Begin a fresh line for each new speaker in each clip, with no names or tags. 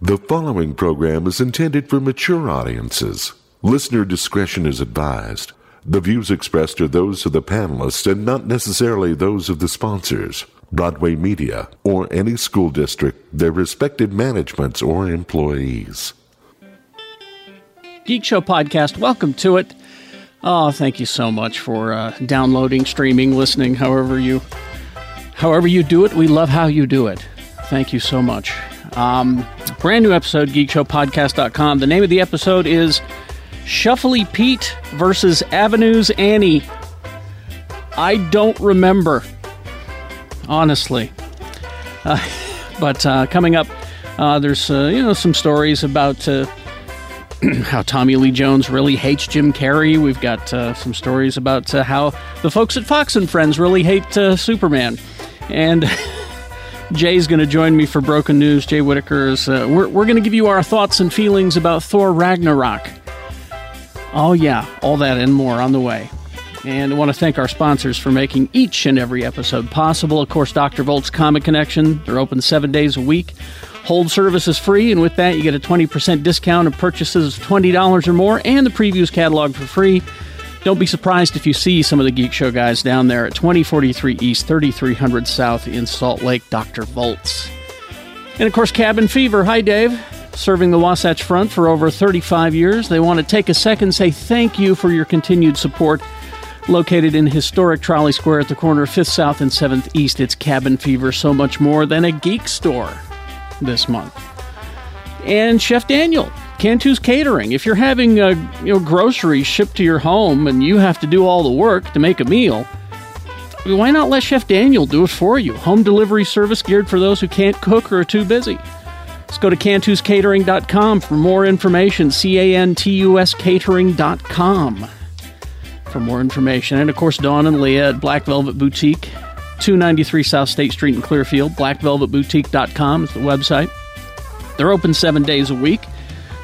The following program is intended for mature audiences. Listener discretion is advised. The views expressed are those of the panelists and not necessarily those of the sponsors, Broadway Media, or any school district, their respective managements, or employees.
Geek Show podcast. Welcome to it. Oh, thank you so much for uh, downloading, streaming, listening, however you, however you do it. We love how you do it. Thank you so much. Um, brand new episode, geekshowpodcast.com. The name of the episode is Shuffly Pete versus Avenues Annie. I don't remember, honestly. Uh, but uh, coming up, uh, there's uh, you know some stories about uh, how Tommy Lee Jones really hates Jim Carrey. We've got uh, some stories about uh, how the folks at Fox and Friends really hate uh, Superman. And Jay's going to join me for Broken News. Jay Whitaker is. Uh, we're we're going to give you our thoughts and feelings about Thor Ragnarok. Oh, yeah, all that and more on the way. And I want to thank our sponsors for making each and every episode possible. Of course, Dr. Volt's Comic Connection. They're open seven days a week. Hold service is free, and with that, you get a 20% discount on purchases of $20 or more and the previews catalog for free. Don't be surprised if you see some of the Geek Show guys down there at 2043 East, 3300 South in Salt Lake, Dr. Volts. And of course, Cabin Fever. Hi, Dave. Serving the Wasatch Front for over 35 years, they want to take a second and say thank you for your continued support. Located in historic Trolley Square at the corner of 5th South and 7th East, it's Cabin Fever, so much more than a geek store this month. And Chef Daniel, Cantu's Catering. If you're having uh, you know, groceries shipped to your home and you have to do all the work to make a meal, why not let Chef Daniel do it for you? Home delivery service geared for those who can't cook or are too busy. Let's go to cantuscatering.com for more information. C A N T U S catering.com for more information. And of course, Dawn and Leah at Black Velvet Boutique, 293 South State Street in Clearfield. BlackVelvetBoutique.com is the website. They're open seven days a week.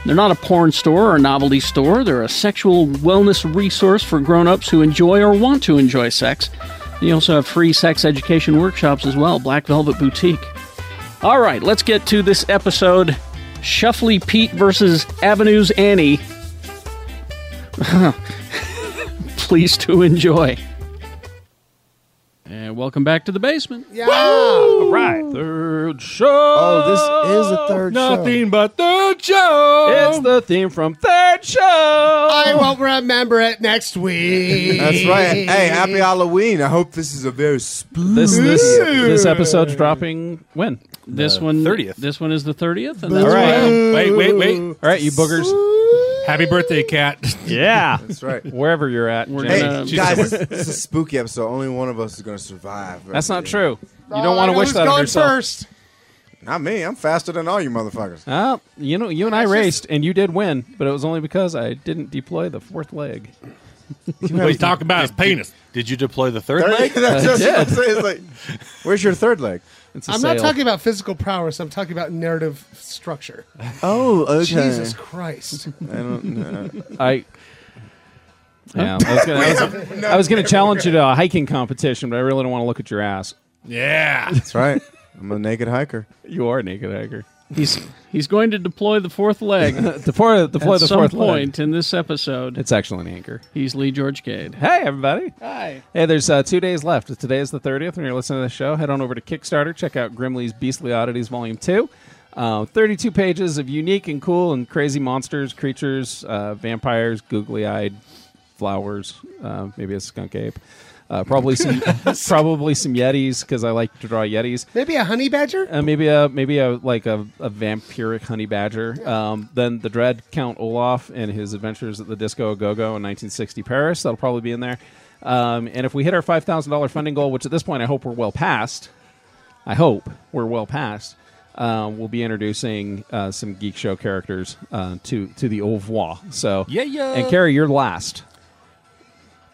They're not a porn store or a novelty store. They're a sexual wellness resource for grown ups who enjoy or want to enjoy sex. They also have free sex education workshops as well. Black Velvet Boutique. All right, let's get to this episode Shuffly Pete versus Avenues Annie. Please to enjoy. And welcome back to the basement.
Yeah.
Right. Third show.
Oh, this is the third show.
Nothing but third show. It's the theme from third show.
I won't remember it next week.
That's right. Hey, happy Halloween. I hope this is a very spooky.
this this this episode's dropping when?
This one,
30th.
This one is the thirtieth.
All right.
Wait, wait, wait.
All right, you boogers.
Happy birthday, cat.
Yeah.
That's right.
Wherever you're at.
We're
Jenna.
Hey,
gonna-
guys, this is a spooky episode. Only one of us is going to survive.
That's not true. You don't want to wish that on
going
yourself.
first.
Not me. I'm faster than all you motherfuckers.
Ah, you know, you and I raced, and you did win, but it was only because I didn't deploy the fourth leg.
What he's talking about is penis. Did you deploy the third
Third leg?
leg?
Uh,
That's just what I'm saying. It's like, where's your third leg?
It's a
I'm not
sale.
talking about physical prowess. I'm talking about narrative structure.
Oh, okay.
Jesus Christ.
I. Yeah, I was gonna, I was, I was gonna challenge you to a hiking competition, but I really don't want to look at your ass.
Yeah.
That's right. I'm a naked hiker.
You are a naked hiker.
He's he's going to deploy the fourth leg at
The four, the four, the
some
fourth
point
Leg.
in this episode.
It's actually an anchor.
He's Lee George Cade.
Hey, everybody.
Hi.
Hey, there's uh, two days left. Today is the 30th. When you're listening to the show, head on over to Kickstarter. Check out Grimley's Beastly Oddities Volume 2. Uh, 32 pages of unique and cool and crazy monsters, creatures, uh, vampires, googly eyed flowers, uh, maybe a skunk ape. Uh, probably some, probably some yetis because I like to draw yetis.
Maybe a honey badger?
Uh, maybe a maybe a like a, a vampiric honey badger. Um, then the dread Count Olaf and his adventures at the Disco Go Go in 1960 Paris. That'll probably be in there. Um, and if we hit our five thousand dollar funding goal, which at this point I hope we're well past, I hope we're well past. Um, we'll be introducing uh, some geek show characters uh, to to the au revoir. So
Yeah, yeah.
And Carrie, you're last.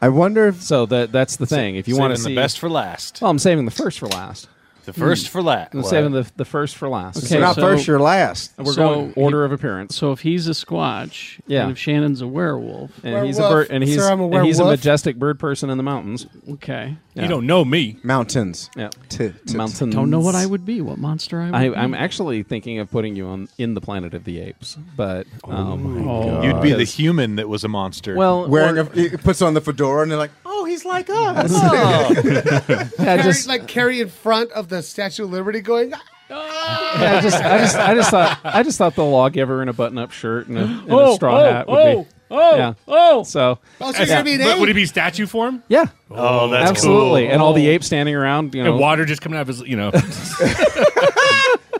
I wonder if
So that that's the thing. If you want to
Saving
see
the best for last.
well, I'm saving the first for last.
The first for last.
I'm saving the, the first for last.
Okay.
So not
so-
first, you're last.
We're
So-
going order of appearance.
So if he's a Squatch,
Yeah.
and if Shannon's a werewolf,
And he's a
Werewolf.
bird, and he's
Sir, I'm a
and he's a
werewolf.
majestic bird person in the mountains.
okay.
Yeah.
You don't know me.
Mountains.
Yeah,
T- t-
mountains.
Don't know what I would be, what monster I would
I,
be.
I'm actually thinking of putting you on in the Planet of the Apes, but um,
oh,
You'd be the
because-
human that was a monster.
well,
Wearing
or-
a, he puts on the fedora and they're like, oh, he's like us.
yeah,
Carry,
just-
like carry in front of the Statue of Liberty, going. "Ah."
yeah, I just, I just, I just thought, I just thought the lawgiver in a button-up shirt and a, and a straw hat would
oh,
be.
oh,
Yeah.
oh.
So,
Oh, so you're gonna be an
But
ape.
eh?
would it be statue form?
yeah,
Oh, that's
absolutely,
cool.
and all the apes standing around, you know,
And water just coming out of his, you know.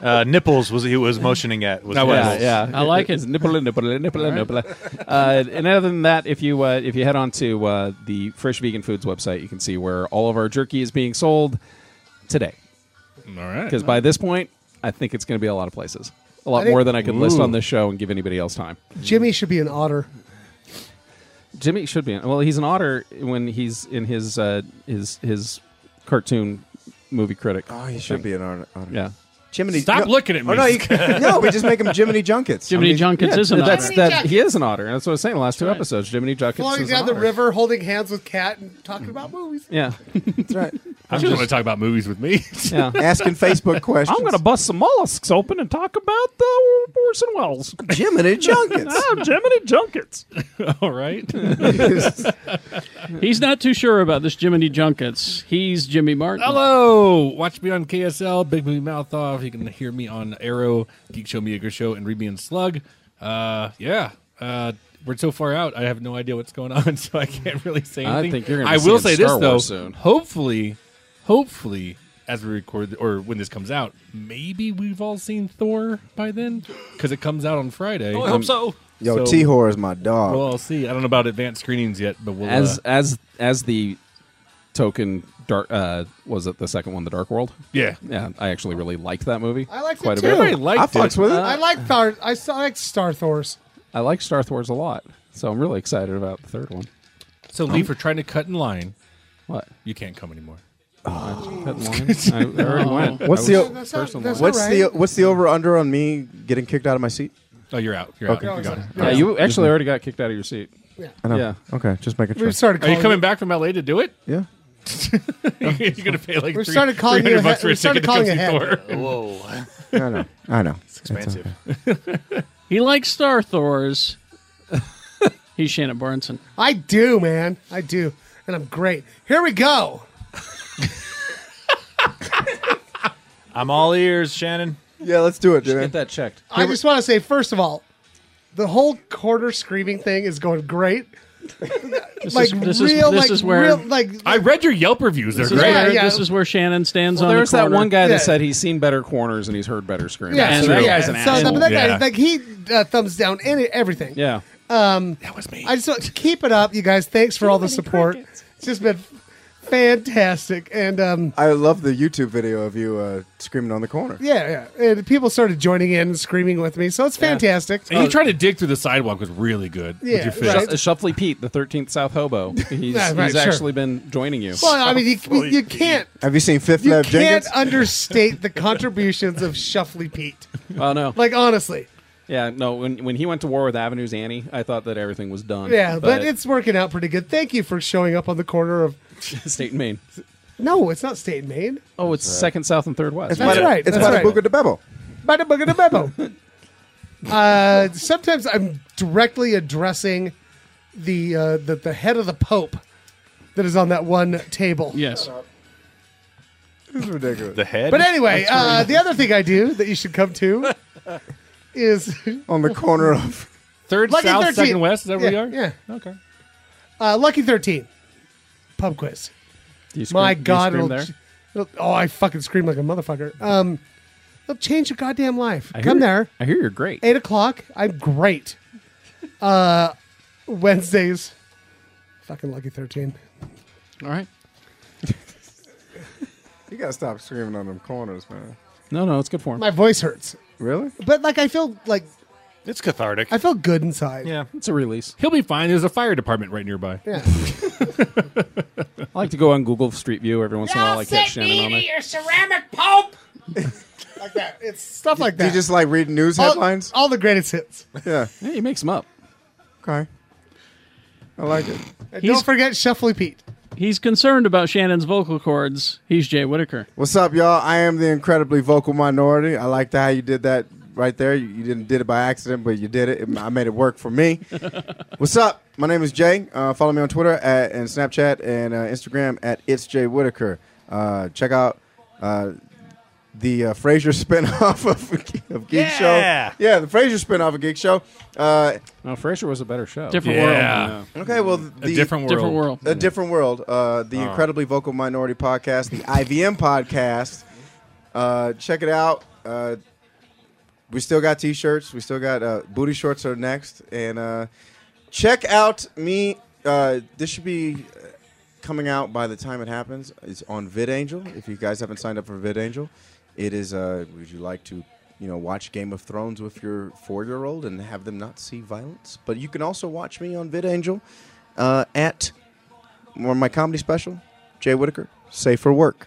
Uh, nipples was he was motioning at. Was
That was-
nipples.
Yeah, yeah.
I like
It's nipple, nipple, nipple, nipple. Uh, and other than that, if you uh, if you head on to uh, the Fresh Vegan Foods website, you can see where all of our jerky is being sold today.
All right.
Because by this point, I think it's going to be a lot of places, a
I
lot
think-
more than I could list on this show and give anybody else time.
Jimmy should be an otter.
Jimmy should be. Well, he's an otter when he's in his uh, his his cartoon movie critic.
Uh,
oh, he should be an honor.
Yeah.
Jiminy.
Stop
no-
looking at me.
Oh, no, you, no, we just make him Jiminy Junkets.
Jiminy
I mean,
Junkins is an
that's,
otter.
that, he is an otter. and That's what I was saying the last two episodes. Jiminy Junkins
Floating
is an
down the
otter.
river, holding hands with cat, and talking about movies.
Yeah,
That's right.
I just want to talk about movies with me.
yeah.
Asking Facebook questions.
I'm going to bust some mollusks open and talk about the Orson Welles.
Jiminy Junkets.
Oh, Jiminy Junkets.
All right.
He's not too sure about this Jiminy Junkets. He's Jimmy Martin.
Hello. Watch me on KSL, Big Movie Mouth Off. You can hear me on Arrow, Geek Show, Meager Show, and Read Me in Slug. Uh, yeah. Uh, we're so far out, I have no idea what's going on, so I can't really say
I
anything.
think you're gonna
I
be
will say
seeing
this,
Star
though.
Wars soon.
Hopefully, hopefully, as we record or when this comes out, maybe we've all seen Thor by then because it comes out on Friday.
Oh,
I
Um,
hope so.
Yo,
So-
T Whore is my dog.
Well, I'll see. I don't know about advanced screenings yet, but we'll.
As
uh,
as as the token dark uh was it the second one, The Dark World?
yeah.
Yeah, I actually really liked that movie.
I liked Uh, it too.
quite a bit.
Everybody liked
I
it.
fucks with it.
I like Thor. I, saw- I like Star Thor's.
I like Star Wars a lot, so I'm really excited about the third one.
So, Lee, for trying to cut in line,
What?
you can't come anymore.
Cut in line? I, I already went.
What's
I
the-
was
That's
first
not,
in
that's
line.
What's
not
the
right.
what's the over under on me getting kicked out of my seat?
Oh, you're out. You're
Okay.
out. You got it.
Yeah, you actually already got kicked out of your seat.
I know.
Yeah.
Okay, just making sure.
We've started.
Are
Calling
you coming back from LA to do it?
yeah.
You're gonna pay like
We
three,
started calling you
300
ahead-
bucks for
we
a
started
ticket
calling
to come see
ahead.
Thor.
Whoa,
I know. I know.
expensive.
He likes Star Thor's. He's Shannon Barneson.
I do, man. I do, and I'm great. Here we go.
I'm all ears, Shannon.
Yeah, let's do it,
Get
dude.
that checked.
I just want to say, first of all, the whole quarter screaming thing is going great.
This
Like
is this
real,
is this
like
is where
real, like
I read your Yelp reviews. They're
this is
great.
where,
yeah.
this is where Shannon stands on the
There's that
corner.
one guy
Yeah.
that said he's seen better corners and he's heard better screams.
yeah,
And
so,
that
yeah.
guy's an
so
asshole.
that, that guy,
Yeah.
like he uh, thumbs down any everything.
Yeah.
That was me.
I just want- keep it up, you guys. Thanks for all the support. It's just been fantastic, and um,
I love the YouTube video of you uh, screaming on the corner.
yeah, yeah, and people started joining in and screaming with me, so it's fantastic.
and you trying to dig through the sidewalk was really good.
Yeah,
with your fist.
right.
Shu- Shuffly uh, Pete, the 13th South Hobo. He's,
Yeah, right,
he's
sure.
actually been joining you.
Well, I mean, you, you can't
Have you seen Fifth
you
Lev
can't
Jenkins?
understate the contributions of Shuffly Pete.
Oh no!
Like honestly,
yeah, no. When when he went to war with Avenue's Annie, I thought that everything was done.
yeah, but, it's working out pretty good. Thank you for showing up on the corner of.
state and Maine.
No, it's not state and Maine.
Oh, it's second south and third west.
That's
Bada-
right.
It's
that's
about
right.
Buga de Bebo.
Bada booga da bebo. uh, sometimes I'm directly addressing the, uh, the the head of the Pope that is on that one table.
Yes.
This is ridiculous.
The head.
But anyway, uh, the other thing I do that you should come to is
on the corner of
Third
Lucky
south,
13.
second west. Is that where
Yeah,
we are?
yeah.
Okay.
uh, Lucky Thirteen pub quiz.
Do you scream-
My
do you
God,
scream
it'll,
there.
ch- it'll- oh, I fucking scream like a motherfucker. Um, it'll change your goddamn life.
I hear
Come
you-
there,
I hear you're great.
eight o'clock. I'm great. Uh, Wednesdays, fucking Lucky Thirteen.
All right.
You gotta stop screaming on them corners, man.
No, no, it's good for him.
My voice hurts,
Really?
but like I feel like
It's cathartic.
I felt good inside.
Yeah, it's a release.
He'll be fine. There's a fire department right nearby.
Yeah.
I like to go on Google Street View every once in a while. I
Don't
catch
send
Shannon
me
on
to
it.
your ceramic pope.
like that. It's stuff like
Do
that.
you just like read news
all,
headlines?
all the greatest hits.
Yeah.
Yeah, he makes them up.
Okay. I like it.
And
He's-
don't forget Shuffly Pete.
He's concerned about Shannon's vocal cords. He's Jay Whitaker.
What's up, y'all? I am the incredibly vocal minority. I liked how you did that right there. You, you didn't did it by accident, but you did it. It- I made it work for me. What's up? My name is Jay. Uh, follow me on Twitter at, and Snapchat and uh, Instagram at it's Jay Whitaker. Uh, check out uh, the uh, Frasier spinoff of, of Geek
Yeah.
Show. Yeah, the Frasier spinoff of Geek Show. Uh,
No, Frasier was a better show.
Different world.
Yeah.
okay, well, the,
A different world.
Different world.
a different world. Uh, the incredibly vocal minority podcast, the IVM podcast. Uh, check it out. Uh, we still got t-shirts. We still got uh, booty shorts are next, and uh, check out me. Uh, this should be uh, coming out by the time it happens. It's on VidAngel. If you guys haven't signed up for VidAngel, it is. Uh, would you like to? You know, watch Game of Thrones with your four-year-old and have them not see violence. But you can also watch me on VidAngel uh, at or my comedy special, Jay Whitaker, Safe for Work,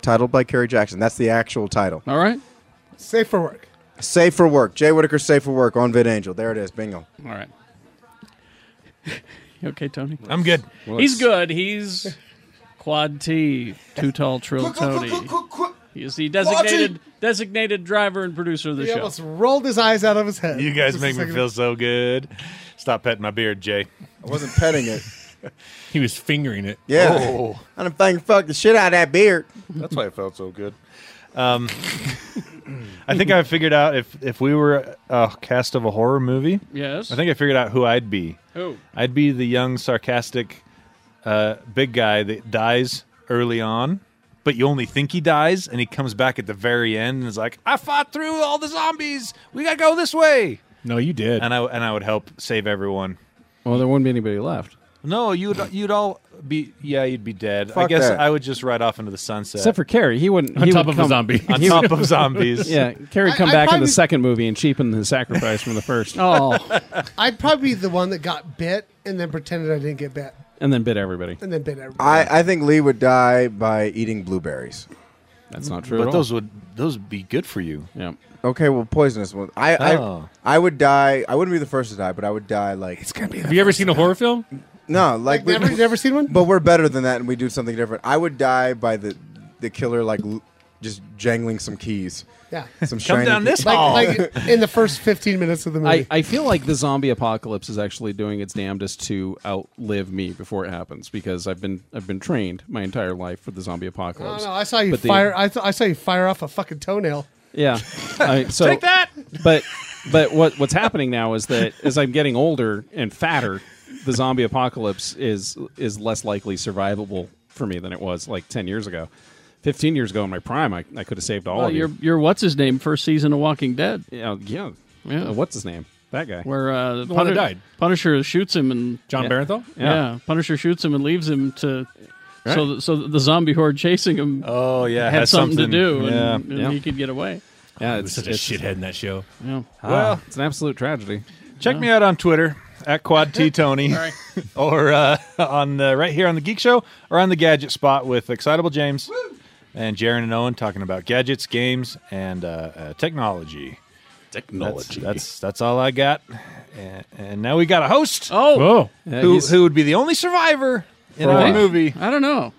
titled by Kerry Jackson. That's the actual title.
All right.
Safe for work.
Safe for Work, Jay Whitaker, Safe for Work on VidAngel. There it is, bingo.
All right. You okay, Tony?
I'm good.
He's good. He's Quad T, Too Tall Trill Tony. He is the designated designated driver and producer of the
He
show.
almost rolled his eyes out of his head.
You guys
Just a
make me
second.
feel so good. Stop petting my beard, Jay.
I wasn't petting it.
He was fingering it.
Yeah, I done fucking fuck the shit out of that beard.
That's why it felt so good. Um, I think I figured out if if we were a cast of a horror movie,
Yes.
I think I figured out who I'd be.
Who?
I'd be the young, sarcastic, uh, big guy that dies early on, but you only think he dies, and he comes back at the very end and is like, "I fought through all the zombies. We gotta go this way."
No, you did.
And I and I would help save everyone.
Well, there wouldn't be anybody left
No, you'd you'd all be yeah, you'd be dead. I
Fuck
guess
that.
I would just ride off into the sunset
except for Carrie. He wouldn't.
on
he
top
would
of
come,
a zombie.
on top of zombies.
Yeah, Carrie
I-
come
I
back in the
probably-
second movie and cheapen his sacrifice from the first,
Oh,
I'd probably be the one that got bit and then pretended I didn't get bit
and then bit everybody.
and then bit everybody.
I, I think Lee would die by eating blueberries.
That's not true.
But
at
those would those would be good for you.
all. yeah.
Okay, well, poisonous one. I,
Oh.
I I would die. I wouldn't be the first to die, but I would die like
gonna be
Have you ever seen a horror film?
no, like,
like never,
we,
never seen one.
But we're better than that, and we do something different. I would die by the the killer like l- just jangling some keys,
yeah,
some shiny.
Come down
key-
this
like,
hall.
like in the first fifteen minutes of the movie.
I, I feel like the zombie apocalypse is actually doing its damnedest to outlive me before it happens because I've been I've been trained my entire life for the zombie
I
apocalypse.
don't know. I saw you
But the-
fire. I, th- I saw you fire off a fucking toenail.
Yeah. I, so, Take that. But but what what's happening now is that as I'm getting older and fatter, the zombie apocalypse is is less likely survivable for me than it was like ten years ago. Fifteen years ago in my prime, I, I could have saved all
well,
of
you're
you.
you're what's his name? First season of Walking Dead,
Yeah, yeah.
Yeah.
Uh, what's his name? That guy.
where uh,
one that
Puni-
died.
Punisher shoots him and
John Barenthal?
yeah. Punisher shoots him and leaves him to. So, th- so the zombie horde chasing him
oh yeah,
had
has
something, to do, and,
Yeah.
and
Yeah.
he could get away.
yeah,
He was
it's
such a
it's-
shithead in that show.
Yeah.
Well, it's an absolute tragedy.
Check me out on Twitter at Quad T Tony, or uh, on the, right here on the Geek Show, or on the Gadget Spot with Excitable James and Jaron and Owen talking about gadgets, games, and uh, uh, technology. Technology. That's, that's that's all I got. And, and now we got a host
Oh,
Oh,
Yeah,
who
he's-
who would be the only survivor in
For a
our
while.
movie.
I don't know.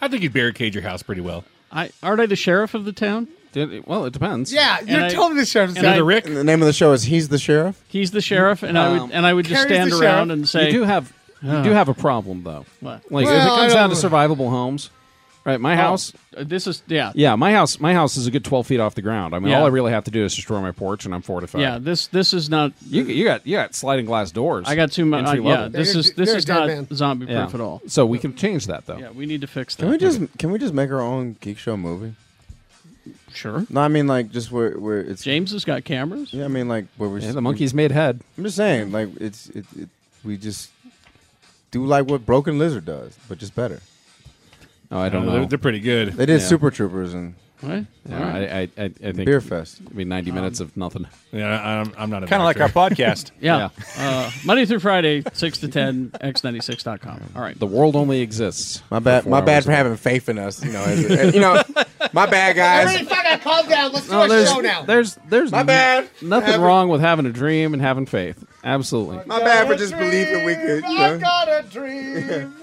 I think you'd barricade your house pretty well.
I aren't I the sheriff of the town?
did- well, it depends.
Yeah, you're
I-
totally the sheriff's
and
guy.
I-
The Rick?
And the name of the show is He's the Sheriff.
He's the sheriff, and I
Um,
would and I would just
Carrie's
stand
the
around
sheriff.
and say, Ah.
You do have you do have a problem though.
What?
Like if
Well,
it comes
I
down to
don't-
survivable homes, right? My house,
Uh, This is yeah, yeah,
yeah, my house, my house is a good twelve feet off the ground. I mean,
Yeah.
all I really have to do is destroy my porch, and I'm fortified.
This this is not.
you, you got you got sliding glass doors.
I got too much.
Entry
yeah,
level.
this
You're-
is this
you're a
is
dead
not
man.
zombie proof
Yeah.
at all.
So we can change that though.
Yeah, we need to fix that.
Can we just can we just make our own geek show movie?
sure?
No, I mean like just where where it's
James has got cameras.
yeah, I mean like where we're
Yeah, the monkey's made head.
I'm just saying like it's it, it we just do like what Broken Lizard does, but just better.
Oh, I don't
Uh,
know.
They're, they're pretty good.
They did
Yeah.
Super Troopers and
What?
Yeah, I, I, I, I think
Beer fest.
I mean, ninety minutes of nothing.
Yeah, I- I'm, I'm not a
Kind of like our
doctor.
podcast.
Yeah. Uh, Monday through Friday, 6 to 10, x96.com. All right.
The world only exists.
My bad.
four
My bad
hours
for having faith in us. You know, as, as- you know, my bad, guys.
fucking calm down. Let's do
No,
our
there's,
show now.
there's, there's
My bad.
nothing
Having-
wrong with having a dream and having faith. Absolutely.
My bad for just believing we could. You know.
got a dream.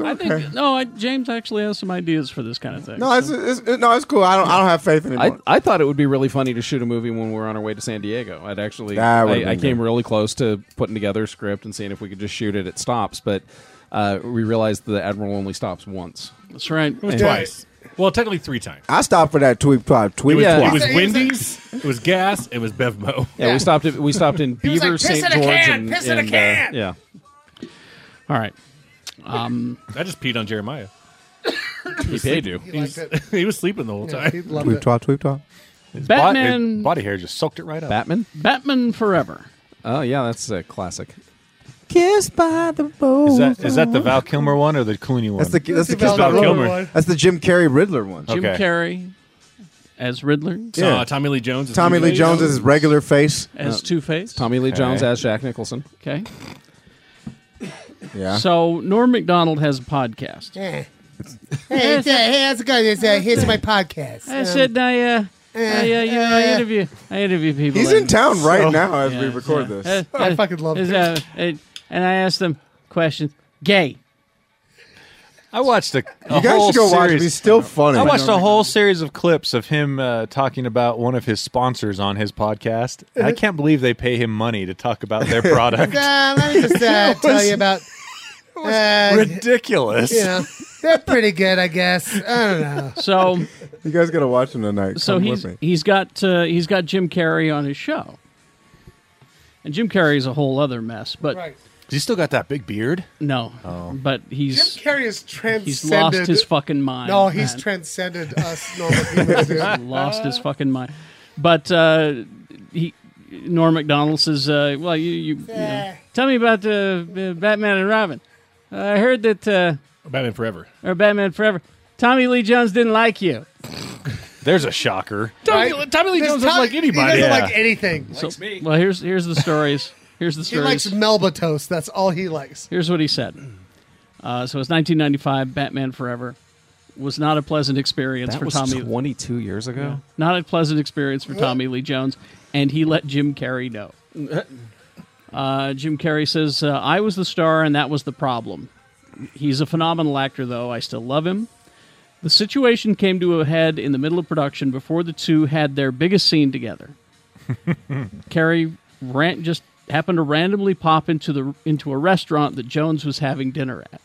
I think, no, I, James actually has some ideas for this kind of thing.
No, it's, it's, it- no, it's cool. I don't. I don't have faith anymore.
I, I thought it would be really funny to shoot a movie when we were on our way to San Diego. I'd actually,
That would've
I, I
been
came
good.
really close to putting together a script and seeing if we could just shoot it at stops, but uh, we realized the Admiral only stops once.
That's right.
It was twice. Well, technically three times.
I stopped for that tweet pod.
It
Tweet
was,
Yeah.
it
He's
was
a- he's a-
Wendy's, it was gas, it was Bevmo.
Yeah, we stopped. At, we stopped in
was
Beaver,
like, "Piss
St.
in a
George,
can,
and,
piss in a
and, uh,
can.
yeah.
All right.
I just peed on Jeremiah.
He paid you.
He liked it.
he was sleeping the whole time.
He loved
tweet
it.
pod. Tweet pod.
Body-
Batman,
body hair just soaked it right up.
Batman.
Batman Forever.
Oh yeah, that's a classic.
Kissed by the boat.
Is that is that the Val Kilmer one or the Clooney one?
That's the that's the
Let's do
kiss
Val
by the
Kilmer.
boat.
one.
That's the Jim Carrey Riddler one.
Jim
Okay.
Carrey as Riddler,
Yeah.
Uh, Tommy Lee Jones. is
Tommy Lee
Luke
Jones is his regular face.
as Two Face.
Tommy Lee Jones
Okay.
as Jack Nicholson.
Okay.
Yeah.
So Norm MacDonald has a podcast.
Yeah. Hey, it's, uh, hey, how's it going? It's, uh, here's my podcast. Um,
I said I, uh, I,
eh,
uh, you know, I interview, I interview people.
He's
and-
in town right now as
yeah,
we record
yeah.
this.
Uh,
I
uh,
fucking love
is,
it.
uh, it- And I asked them questions. Gay.
I watched a, a
You guys
whole
should go watch. it.
series.
He's still funny.
I watched a whole series of clips of him uh, talking about one of his sponsors on his podcast. And I can't believe they pay him money to talk about their product.
Uh, let me just uh, tell you about. Uh,
Ridiculous.
you know, they're pretty good, I guess. I don't know.
So,
You guys gotta watch him tonight.
so
Come
he's
with me.
he's got uh, he's got Jim Carrey on his show, and Jim Carrey's a whole other mess. But
Right.
He still got that big beard.
no,
Oh.
but
Jim
he's
Carrey has transcended.
he's lost his fucking mind.
No, he's
man.
transcended us normal humans. dude.
lost his fucking mind. But uh, he, Norm Macdonald says, uh, "Well, you, you, you know,
Yeah.
tell me about uh, Batman and Robin. Uh, I heard that uh,
Batman Forever.
or Batman Forever. Tommy Lee Jones didn't like you.
There's a shocker.
Tommy,
Right.
Tommy Lee
Does
Jones doesn't
Tom-
like anybody.
He doesn't
Yeah.
like anything.
So- Well, here's here's the stories. Here's the
He
stories.
likes Melba toast. That's all he likes.
Here's what he said. Uh, so it's 1995. Batman Forever was not a pleasant experience
That
for
was
Tommy.
22 years ago.
not a pleasant experience for Tommy Lee Jones, and he let Jim Carrey know. Uh, Jim Carrey says, uh, I was the star, and that was the problem. He's a phenomenal actor, though. I still love him. The situation came to a head in the middle of production before the two had their biggest scene together. Carrey ran- just happened to randomly pop into the into a restaurant that Jones was having dinner at.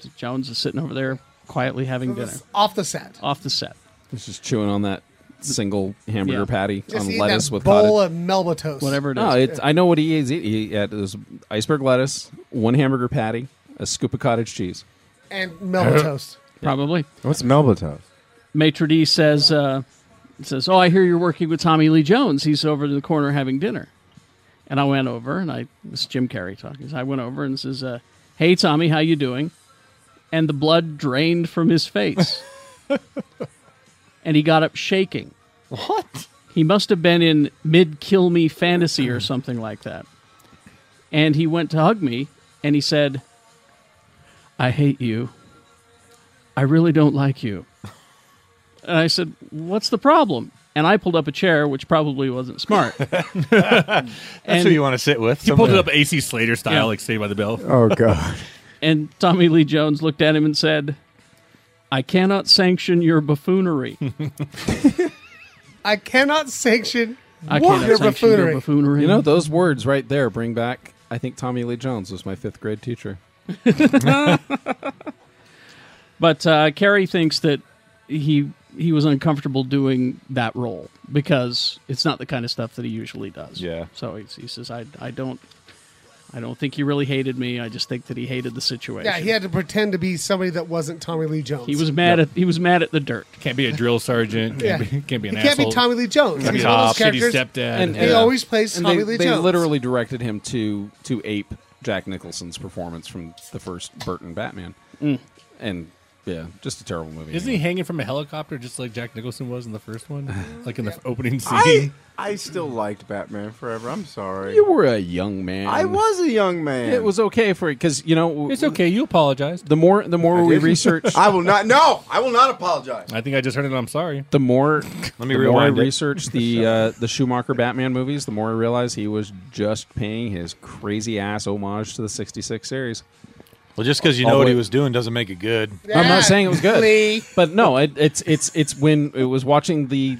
So Jones is sitting over there quietly having dinner
It's off the set.
off the set.
He's just chewing on that single hamburger
Yeah.
patty
Just
on
eat
lettuce
that
with cottage.
bowl of Melba toast.
Whatever it is.
No, it's, I know what he is. eating. He had this iceberg lettuce, one hamburger patty, a scoop of cottage cheese.
And Melba toast.
Probably.
What's Melba toast?
Maitre D says, uh, says, Oh, I hear you're working with Tommy Lee Jones. He's over in the corner having dinner. And I went over and I this is Jim Carrey talking. So I went over and says, uh, Hey Tommy, how you doing? And the blood drained from his face. and he got up shaking.
What?
He must have been in mid kill me fantasy or something like that. And he went to hug me and he said, I hate you. I really don't like you. And I said, What's the problem? And I pulled up a chair, which probably wasn't smart. That's
That's
and,
who you want to sit with.
He pulled it up AC Slater style,
Yeah.
like Saved by the Bell.
Oh god.
and Tommy Lee Jones looked at him and said, I cannot sanction your buffoonery.
I cannot sanction
I
What?
cannot
Your
sanction
buffoonery.
your buffoonery.
You know, those words right there bring back. I think Tommy Lee Jones was my fifth grade teacher.
But uh, Carrie thinks that he he was uncomfortable doing that role because it's not the kind of stuff that he usually does.
Yeah.
So he, he says, I, I don't I don't think he really hated me. I just think that he hated the situation.
Yeah, he had to pretend to be somebody that wasn't Tommy Lee Jones.
He was mad at he was mad at the dirt.
Can't be a drill sergeant. Can't,
Yeah.
be, can't be an
He can't
asshole.
be Tommy Lee Jones.
Can't be
He's
a
one of those
shitty
characters.
stepdad.
And- uh,
He
Yeah.
always plays
And
Tommy
they,
Lee
they
Jones.
literally directed him to
Mm.
to ape Jack Nicholson's performance from the first Burton Batman, and Yeah, just a terrible movie.
Isn't he hanging from a helicopter just like Jack Nicholson was in the first one? like in the opening scene?
I, I still liked Batman Forever. I'm sorry.
You were a young man.
I was a young man.
It was okay for because you know
it's okay. You apologized.
The more the more we research,
I will not. No, I will not apologize.
I think I just heard it. I'm sorry.
the more
Let me
the more I
rewind it.
research the uh, the Schumacher Batman movies, the more I realize he was just paying his crazy ass homage to the '66 series.
Well, just because you
All
know
the
what
way-
he was doing doesn't make it good.
I'm not saying it was good,
Lee.
but no, it, it's it's it's when it was watching the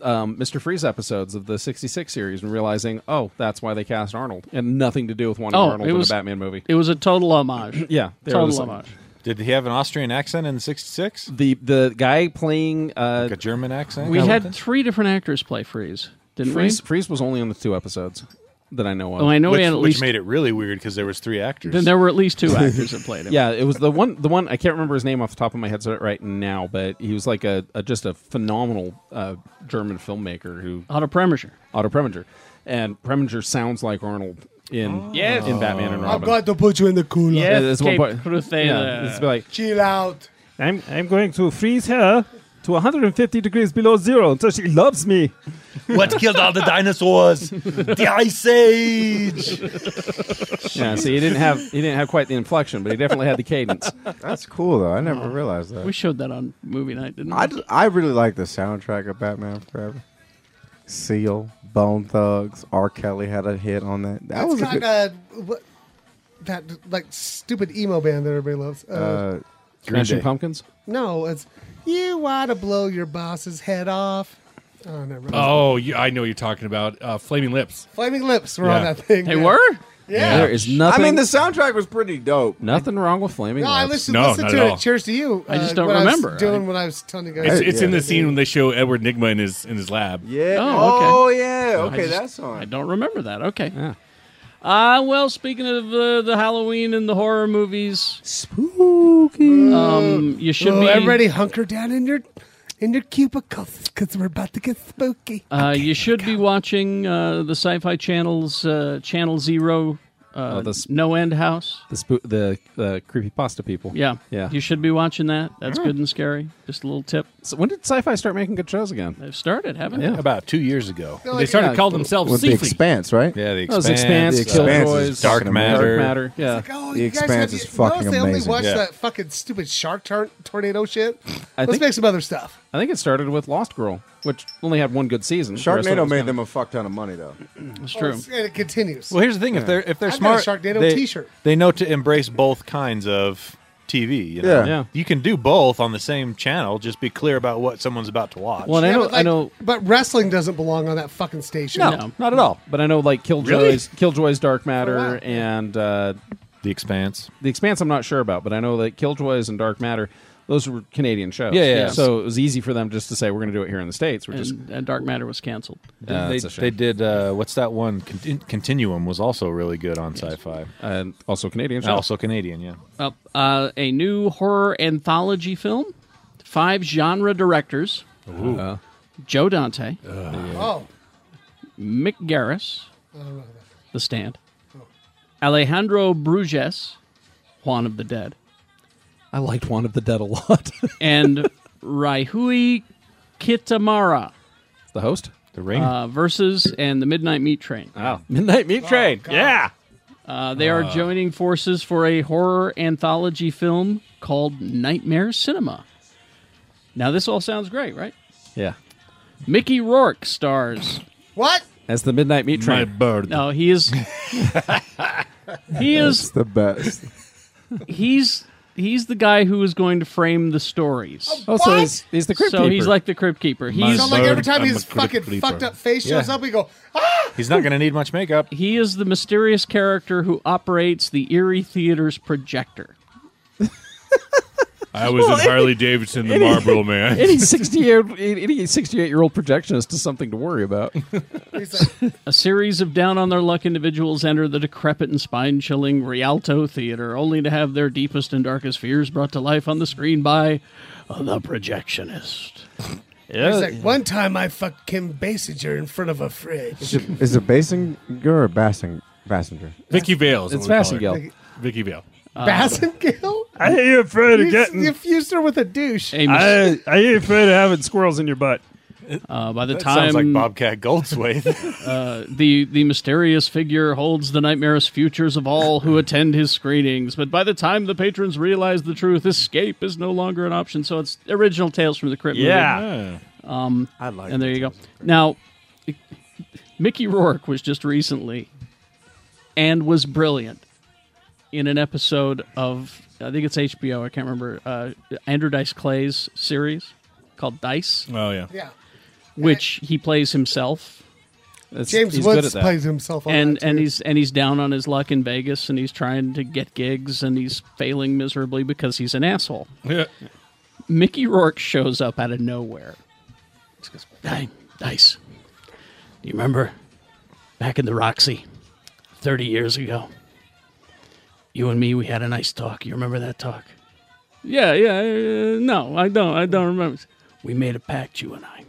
um, Mr. Freeze episodes of the '66 series and realizing, oh, that's why they cast Arnold, and nothing to do with wanting
Oh,
Arnold
it
in
was-
a Batman movie.
It was a total homage.
yeah, they were
total
just like-
homage.
Did he have an Austrian accent in '66?
The the guy playing uh,
Like a German accent?
We
Kinda
had
like that?
three different actors play Freeze, didn't
Freeze,
we?
Freeze was only on the two episodes that I know of.
Oh, I know
which,
we had at
which
least.
made it really weird because there was three actors.
Then there were at least two actors that played him.
Yeah, it was the one. The one I can't remember his name off the top of my head so- right now, but he was like a, a just a phenomenal uh, German filmmaker who
Otto Preminger.
Otto Preminger, and Preminger sounds like Arnold in
Yes.
in Batman and
I've
Robin.
got to put you in the cooler.
Yeah,
Yes,
that's
Cape
one part.
Crusade.
Yeah, it's like
Chill out.
I'm I'm going to freeze her to 150 degrees below zero until she loves me.
what killed all the dinosaurs? the Ice Age.
Yeah, see, he didn't have he didn't have quite the inflection, but he definitely had the cadence.
That's cool though. I never realized that.
Oh, We showed that on movie night, didn't we?
I, d- I really like the soundtrack of Batman Forever. Seal, Bone Thugs, R. Kelly had a hit on that. That
That's
was a
like
good.
a, what, that like stupid emo band that everybody loves. Uh,
uh,
Smashing
Day.
Pumpkins.
no, it's you want to blow your boss's head off. Oh, never. mind.
Oh, you, I know what you're talking about. Uh, Flaming Lips.
Flaming lips were on
Yeah.
that thing.
they
yeah.
were?
Yeah.
There is
I
nothing.
mean, the soundtrack was pretty dope.
nothing wrong with flaming.
No, I
Lips.
listened,
No,
listened
not
to
at
it.
all.
Cheers to you.
I just
uh,
don't
what I
remember.
was doing
I-
when I was telling you guys.
It's,
Hey,
it's
yeah.
in the scene when they show Edward Nigma in his in his lab.
Yeah.
Oh,
yeah.
I
Okay,
just-
that's on.
I don't remember that. Okay.
Yeah.
Uh, well, speaking of uh, the Halloween and the horror movies,
Spooky.
um, you should
Oh,
be
everybody hunker down in your in your cubicles because we're about to get spooky.
uh, you should be watching uh, the Sci-Fi Channel's uh, Channel Zero, uh,
Oh, the sp-
No End House.
The spoo- the the creepy pasta people.
Yeah,
yeah.
You should be watching that. That's good and scary. Just a little tip.
So when did sci-fi start making good shows again?
They've started, haven't
Yeah.
they?
About two years ago.
They're
They
like,
started
Yeah.
calling themselves
With the
Siegfried.
Expanse, right?
Yeah, the
That was
Expanse.
Expanse,
The Expanse
Killjoys,
is Dark
Dark
Matter.
Matter. Yeah,
Oh,
The
you guys
Expanse
got-
is
you
fucking
notice They only
amazing.
watched
Yeah.
that fucking stupid shark tor- tornado shit.
I
Let's
think-
make some other stuff.
I think it started with Lost Girl, which only had one good season. The rest of it
Sharknado
was
made
kinda-
them a fuck ton of money, though.
It's
Oh,
true.
it's- and it continues.
Well, here's the thing: if they're if they're
I've got a
smart,
Sharknado
they,
t-shirt.
they know to embrace both kinds of TV. You know?
Yeah.
Yeah.
you can do both on the same channel. Just be clear about what someone's about to watch.
Well, and I
Yeah,
know,
but, like,
I know,
but wrestling doesn't belong on that fucking station.
No.
not at all. But I know like Killjoys, Killjoys, Dark
Oh,
Matter,
wow.
and uh,
the Expanse.
The Expanse. I'm not sure about, but I know that Killjoys and Dark Matter, those were Canadian shows.
Yeah, yeah.
So it was easy for them just to say we're going to do it here in the states. We're just
And, and Dark Matter was canceled.
Yeah,
they,
that's a shame.
they did uh, what's that one? Contin- Continuum was also really good on sci-fi.
uh, also Canadian shows.
Also Canadian, yeah.
Uh, uh, a new horror anthology film, five genre directors:
Uh,
Joe Dante,
Oh,
Mick Garris, The Stand, Alejandro Bruges, Juan of the Dead,
I liked One of the Dead a lot.
and Raihui Kitamara
the host.
The Ring.
uh, versus and the Midnight Meat Train.
Wow. Midnight
Oh,
Meat Train. Yeah.
Uh, they are joining forces for a horror anthology film called Nightmare Cinema. Now, this all sounds great, right?
Yeah.
Mickey Rourke stars.
what?
That's the Midnight Meat
My
Train.
bird.
No, he is. he is.
The best.
He's. He's the guy who is going to frame the stories.
oh, so he's, he's the crypt
so he's
keeper.
like the crypt keeper. He's
Sound like every
Bird,
time
I'm
his
a critic
fucking
bleeper.
fucked up face shows
Yeah.
up, we go,
He's not going to need much makeup.
he is the mysterious character who operates the Erie Theater's projector.
I was in Harley Davidson, the Marlboro Man.
any 68 any 68 year old projectionist is something to worry about
He's like,
A series of down on their luck individuals enter the decrepit and spine chilling Rialto Theater, only to have their deepest and darkest fears brought to life on the screen by the projectionist.
he's like, one time I fucked Kim Basinger in front of a fridge.
Is it Basinger or Bassing Bassinger?
Vicky Vale. is
it's
what we call her.
Vasingale.
Vicky Vale.
Bassingale?
I ain't afraid of
You, s-
getting.
you fused her with a douche.
Amos,
I, I ain't afraid of having squirrels in your butt.
uh, by the
That
time
sounds like Bobcat Goldswaith.
the the mysterious figure holds the nightmarish futures of all who attend his screenings, but by the time the patrons realize the truth, escape is no longer an option. So it's original Tales from the Crypt movie.
Yeah.
Um,
I like
and there you go. Now, Mickey Rourke was just recently and was brilliant in an episode of I think it's HBO. I can't remember uh, Andrew Dice Clay's series called Dice,
Oh yeah.
yeah.
which he plays himself,
That's-
James
he's good
Woods
at that.
plays himself on
and
that too.
and he's and he's down on his luck in Vegas, and he's trying to get gigs, and he's failing miserably because he's an asshole.
Yeah.
Mickey Rourke shows up out of nowhere. Just goes, "Hey, Dice, do you remember back in the Roxy 30 years ago? You and me, we had a nice talk. You remember that talk? Yeah, yeah. uh, no, I don't. I don't remember. We made a pact, you and I.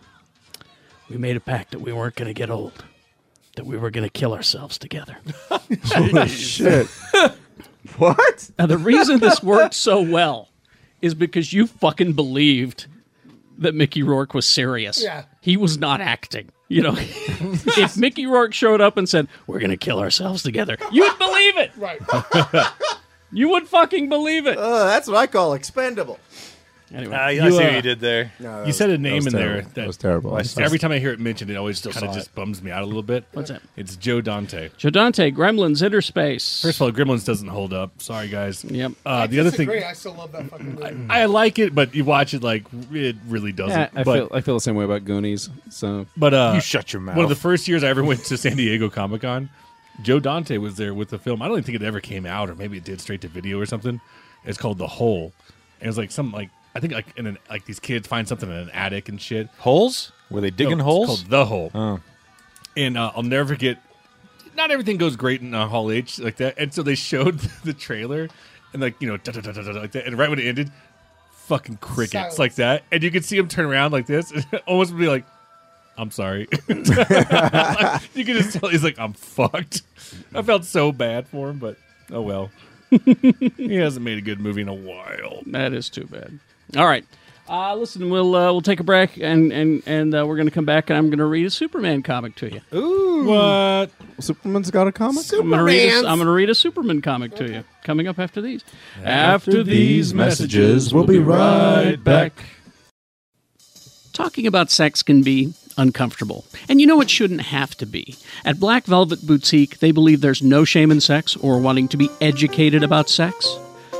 We made a pact that we weren't going to get old, that we were going to kill ourselves together.
Shit. what?
Now, the reason this worked so well is because you fucking believed that Mickey Rourke was serious.
Yeah.
He was not acting. You know, if Mickey Rourke showed up and said, We're going to kill ourselves together, you'd believe it.
right.
You would fucking believe it.
Uh, that's what I call expendable.
Anyway,
I, I
You,
see
uh,
what you did there.
No,
You said a name in there
terrible. That was terrible.
I- every time I hear it mentioned, it always kind of just bums me out a little bit.
What's that?
It's Joe Dante.
Jodante, Gremlins, Interspace.
First of all, Gremlins doesn't hold up. Sorry, guys.
Yep.
Uh, the other thing,
Disagree, I still love that fucking movie.
I like it, but you watch it like it really doesn't.
Yeah, I
but
feel I feel the same way about Goonies. So
but uh,
You shut your mouth.
One of the first years I ever went to San Diego Comic Con, Joe Dante was there with the film. I don't even think it ever came out, or maybe it did straight to video or something. It's called The Hole. And it was like some like I think like in an, like these kids find something in an attic and shit.
holes? Were they digging
No,
holes?
Oh,
Oh.
It's called the hole. And uh, I'll never forget. Not everything goes great in uh, Hall H like that, and so they showed the trailer, and like you know, da, da, da, da, da, like that, and right when it ended, fucking crickets
Silence.
like that, and you could see him turn around like this, and almost be like, "I'm sorry." you can just tell he's like, "I'm fucked." I felt so bad for him, but oh well. he hasn't made a good movie in a while.
That is too bad. All right. Uh, listen, we'll uh, we'll take a break and and and uh, we're going to come back and I'm going to read a Superman comic to you.
Hmm.
What?
Superman's got a comic.
I'm gonna, read a, I'm gonna read a Superman comic to you. Coming up after these. After these messages, we'll be right back. Talking about sex can be uncomfortable. And you know it shouldn't have to be. At Black Velvet Boutique, they believe there's no shame in sex or wanting to be educated about sex.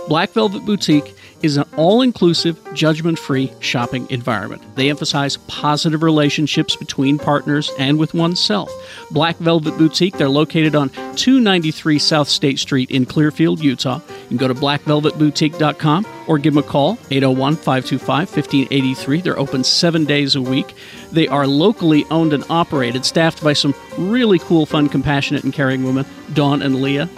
Black Velvet Boutique is an all inclusive, judgment free shopping environment. They emphasize positive relationships between partners and with oneself. Black Velvet Boutique, they're located on 293 South State Street in Clearfield, Utah. You can go to blackvelvetboutique.com or give them a call, 801 525 1583. They're open seven days a week. They are locally owned and operated, staffed by some really cool, fun, compassionate, and caring women, Dawn and Leah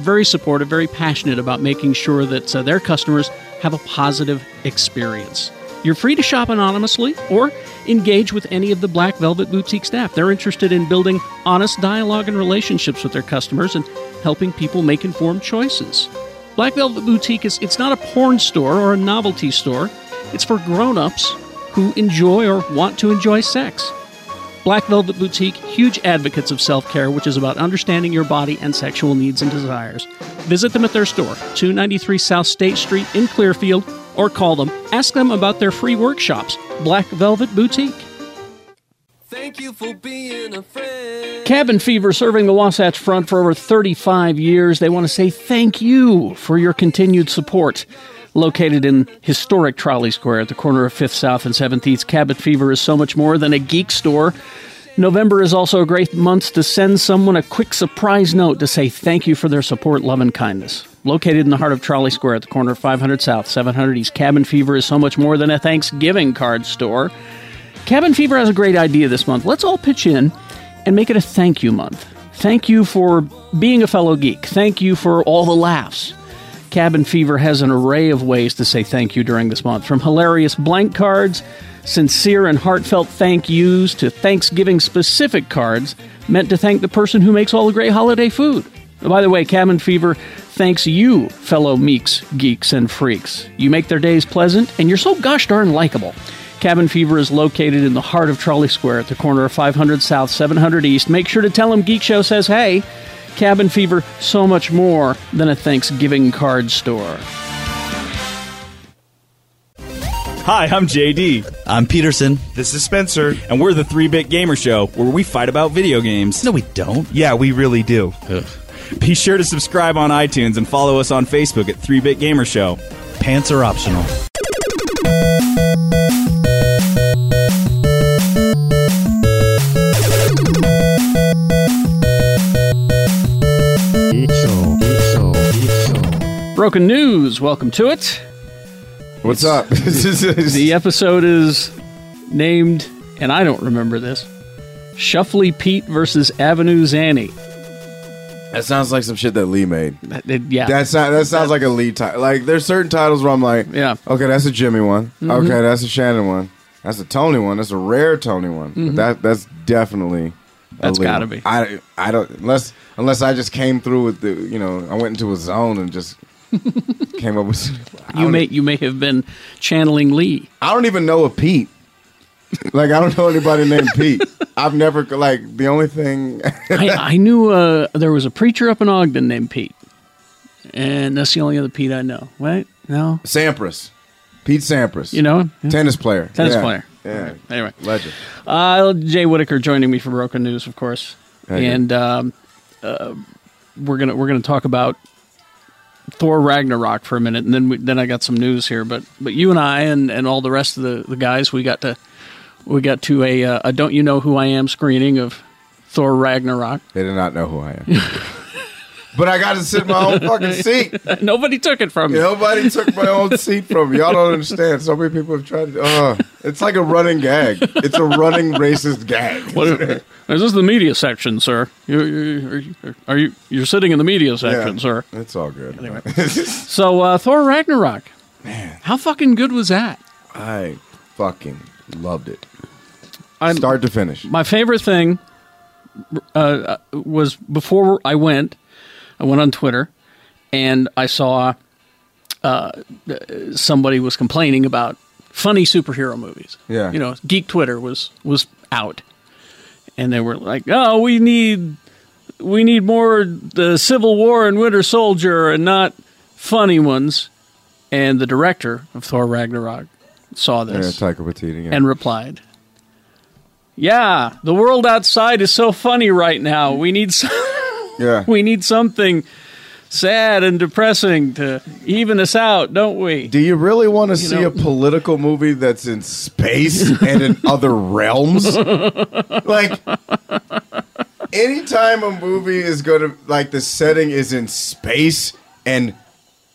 very supportive, very passionate about making sure that uh, their customers have a positive experience. You're free to shop anonymously or engage with any of the Black Velvet Boutique staff. They're interested in building honest dialogue and relationships with their customers and helping people make informed choices. Black Velvet Boutique is it's not a porn store or a novelty store. It's for grown-ups who enjoy or want to enjoy sex. Black Velvet Boutique, huge advocates of self care, which is about understanding your body and sexual needs and desires. Visit them at their store, 293 South State Street in Clearfield, or call them. Ask them about their free workshops. Black Velvet Boutique.
Thank you for being a friend.
Cabin Fever serving the Wasatch Front for over 35 years. They want to say thank you for your continued support. Located in historic Trolley Square at the corner of 5th South and 7th East, Cabin Fever is so much more than a geek store. November is also a great month to send someone a quick surprise note to say thank you for their support, love, and kindness. Located in the heart of Trolley Square at the corner of 500 South, 700 East, Cabin Fever is so much more than a Thanksgiving card store. Cabin Fever has a great idea this month. Let's all pitch in and make it a thank you month. Thank you for being a fellow geek. Thank you for all the laughs. Cabin Fever has an array of ways to say thank you during this month, from hilarious blank cards, sincere and heartfelt thank yous, to Thanksgiving specific cards meant to thank the person who makes all the great holiday food. By the way, Cabin Fever thanks you, fellow meeks, geeks, and freaks. You make their days pleasant, and you're so gosh darn likable. Cabin Fever is located in the heart of Trolley Square at the corner of 500 South, 700 East. Make sure to tell them Geek Show says hey. Cabin Fever, so much more than a Thanksgiving card store.
Hi, I'm JD,
I'm Peterson.
this is Spencer, and we're the 3 Bit Gamer Show, where we fight about video games.
No, we don't.
Yeah, we really do. Be sure to subscribe on iTunes and follow us on Facebook at 3 Bit Gamer Show.
Pants are optional.
Broken news, welcome to it.
What's up? This is-
The episode is named, and I don't remember this Shuffly Pete versus Avenue Zanny.
that sounds like some shit that Lee made.
That- that- yeah.
That's not, that sounds like a Lee title. Like there's certain titles where I'm like,
Yeah.
okay, that's a Jimmy one. Okay, that's a Shannon one. That's a Tony one. That's a rare Tony one. But that that's definitely. a
That's
Lee
gotta
one.
be.
I I don't unless unless I just came through with the you know I went into a zone and just came up with. I
you
don't e-,
may you may have been channeling Lee.
I don't even know a Pete. Like I don't know anybody named Pete. I've never like the only thing.
I, I knew uh, there was a preacher up in Ogden named Pete, and that's the only other Pete I know. Right? No,
Sampras, Pete Sampras.
you know him? Yeah.
tennis player.
tennis
Yeah.
player.
Yeah,
Anyway,
legend.
uh, Jay Whitaker joining me for Broken News, of course,
Hey.
and um, uh, we're gonna we're gonna talk about Thor Ragnarok for a minute, and then we, then I got some news here. But but you and I and, and all the rest of the, the guys, we got to we got to a, uh, a don't you know who I am screening of Thor Ragnarok.
They did not know who I am. but I got to sit in my own fucking seat.
Nobody took it from me.
Nobody took my own seat from me. Y'all don't understand. So many people have tried. To, uh, it's like a running gag. It's a running racist gag.
What, is this the media section, sir? You, you, are, you, are you you're sitting in the media section, sir?
It's all good.
So uh, Thor Ragnarok, man, how fucking good was that?
I fucking loved it,
I'm,
start to finish.
my favorite thing uh, was before I went, I went on Twitter and I saw uh, somebody was complaining about funny superhero movies.
Yeah.
you know, geek Twitter was was out, and they were like, "Oh, we need we need more the Civil War and Winter Soldier and not funny ones." And the director of Thor Ragnarok saw
Yeah,
this
Taika Waititi. Yeah.
and replied, "Yeah, the world outside is so funny right now. We need some,
yeah.
we need something sad and depressing to even us out, don't we?"
Do you really want to see
know-
a political movie that's in space and in other realms? like anytime a movie is going to like the setting is in space and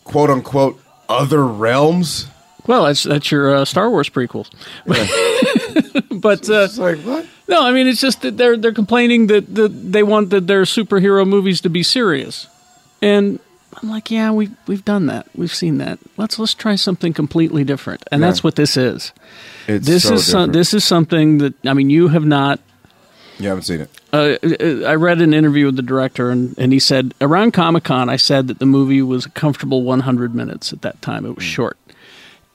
quote unquote other realms.
Well, that's that's your uh, Star Wars prequels, but uh,
It's like what?
no, I mean it's just that they're they're complaining that, that they want that their superhero movies to be serious, and. I'm like, yeah, we we've done that. We've seen that. Let's let's try something completely different, and that's what this is.
It's
This
so
is some,
different.
this is something that I mean, you have not
You haven't seen it.
uh, I read an interview with the director, and, and he said, around Comic Con, I said that the movie was a comfortable 100 minutes at that time. It was short.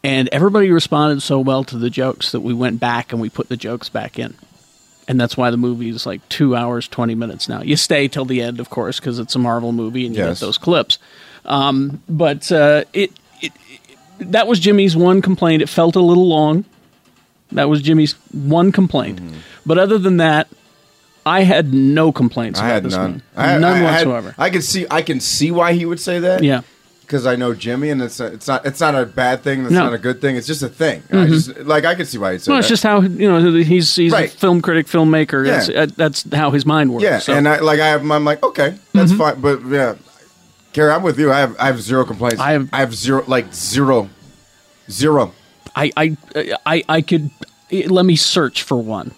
And everybody responded so well to the jokes that we went back and we put the jokes back in. And that's why the movie is like two hours, 20 minutes now. You stay till the end, of course, because it's a Marvel movie and you
Yes.
get those clips. Um, but uh, it, it, it, that was Jimmy's one complaint. It felt a little long. That was Jimmy's one complaint.
Mm-hmm.
But other than that, I had no complaints
I
about
had
this
none.
one.
I, I-
none
I had-
whatsoever.
I can see. I can see why he would say that.
yeah.
because I know Jimmy, and it's it's not it's not a bad thing. It's
No. Mm-hmm.
not a good thing. It's just a thing. I just like I can see why he said
No,
that.
it's just how you know he's he's
Right.
a film critic, filmmaker.
Yeah.
That's, uh, that's how his mind works.
Yeah,
so. Mm-hmm.
and I like I have I'm like okay, that's fine, but yeah, Gary, I'm with you. I have I have zero complaints.
I have-
I have zero like zero, zero.
I, I I I could let me search for one.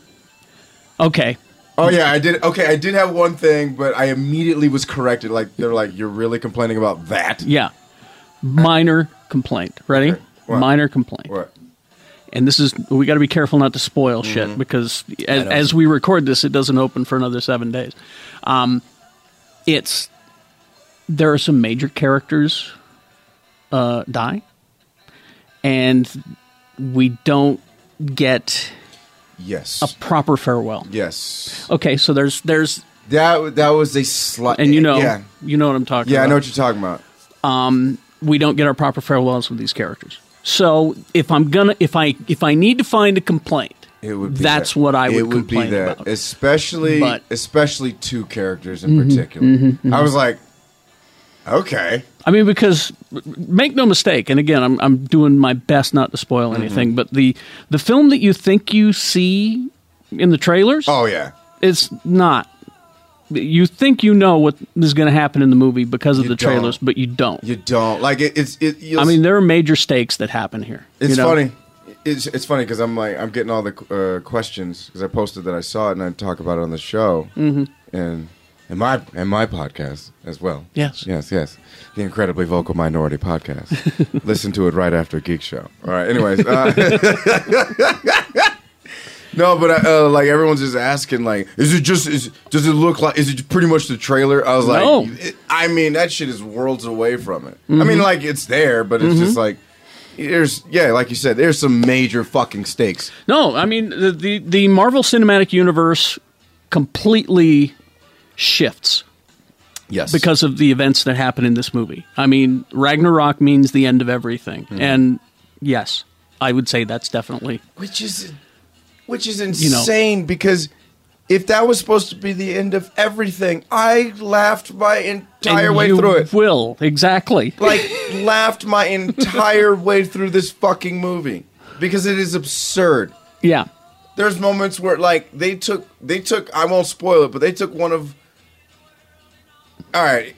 Okay,
Oh yeah, I did. Okay, I did have one thing, but I immediately was corrected. Like they're like you're really complaining about that.
yeah, minor complaint. Ready?
What?
Minor complaint.
What?
And this is we got to be careful not to spoil shit because as, as we record this, it doesn't open for another seven days. Um, it's there are some major characters uh, die, and we don't get
yes
a proper farewell.
Yes.
Okay, so there's there's
that that was a slight,
and you know uh,
yeah.
you know what I'm talking.
Yeah, I
about.
know what you're talking about.
um, we don't get our proper farewells with these characters. So if I'm gonna, if I if I need to find a complaint,
It would. Be
that's
that.
what I would,
It would be
complain
that,
about.
especially
But-
especially two characters in
Mhm,
particular.
mhm, mhm.
I was like, okay,
I mean, because make no mistake, and again, I'm I'm doing my best not to spoil
Mm-hmm.
anything, but the the film that you think you see in the trailers,
oh yeah,
it's not. You think you know what is going to happen in the movie because of the
don't.
trailers, but you don't.
you don't like it. It's it. You'll,
I mean, there are major stakes that happen here. you
It's
know?
funny. It's it's funny because I'm like I'm getting all the uh, questions because I posted that I saw it and I talk about it on the show
Mhm.
and and my and my podcast as well.
Yes.
yes, yes. The incredibly vocal minority podcast. Listen to it right after Geek Show. All right. Anyways, uh, no, but uh, like everyone's just asking, like, is it just is does it look like is it pretty much the trailer? I was like,
No.
it- I mean that shit is worlds away from it. I mean,
Mhm.
like it's there, but it's
Mm-hmm.
just like there's yeah, like you said, there's some major fucking stakes.
No, I mean the, the the Marvel Cinematic Universe completely shifts.
Yes.
Because of the events that happen in this movie. I mean, Ragnarok means the end of everything.
Mhm.
And yes, I would say that's definitely
Which is which is
You know.
insane because if that was supposed to be the end of everything, I laughed my entire
And
way
you
through it.
Will, exactly.
Like laughed my entire way through this fucking movie because it is absurd.
Yeah.
There's moments where like they took they took I won't spoil it, but they took one of All right.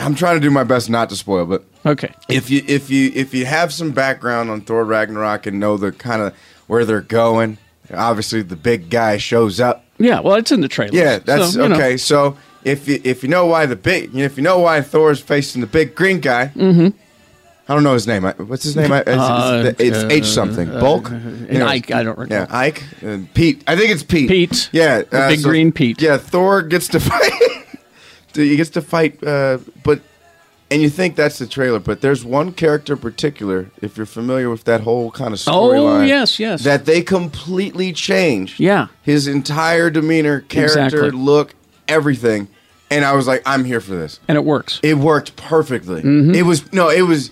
I'm trying to do my best not to spoil, but
Okay.
if you if you if you have some background on Thor Ragnarok and know the kind of where they're going, obviously the big guy shows up.
Yeah, well, it's in the trailer.
Yeah, that's
So, you know.
okay. So if you if you know why the big if you know why Thor's facing the big green guy,
Mhm.
I don't know his name. I- What's his name? I- It's,
Uh,
it's, it's H something.
uh,
Bulk.
uh,
Anyways.
Ike, I don't recall.
Yeah, Ike. Uh, Pete. I think it's Pete. Pete. Yeah, uh,
The big green Pete.
Yeah, Thor gets to fight. he gets to fight, uh, but and you think that's the trailer, but there's one character in particular. If you're familiar with that whole kind of
Oh,
storyline,
yes, yes.
that they completely changed.
Yeah.
his entire demeanor, character,
Exactly.
look, everything. And I was like, I'm here for this.
And it works.
It worked perfectly.
Mhm.
It was no, it was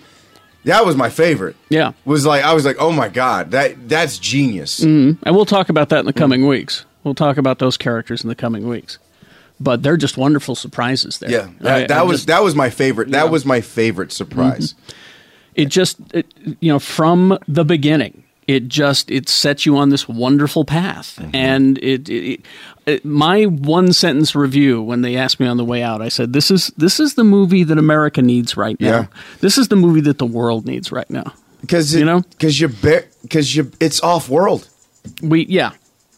that was my favorite.
Yeah.
Was like I was like, oh my god, that that's genius.
Mhm. And we'll talk about that
Hmm.
in the coming weeks. We'll talk about those characters in the coming weeks. But they're just wonderful surprises there.
Yeah,
I-
that, that
I'm
was
just- Mm-hmm.
that was my favorite. That was my favorite surprise.
it just it, you know from the beginning it just it sets you on this wonderful path and it, it, it my one sentence review when they asked me on the way out i said this is this is the movie that america needs right now
Yeah.
this is the movie that the world needs right now
Because you know, because you because you it's off world.
we yeah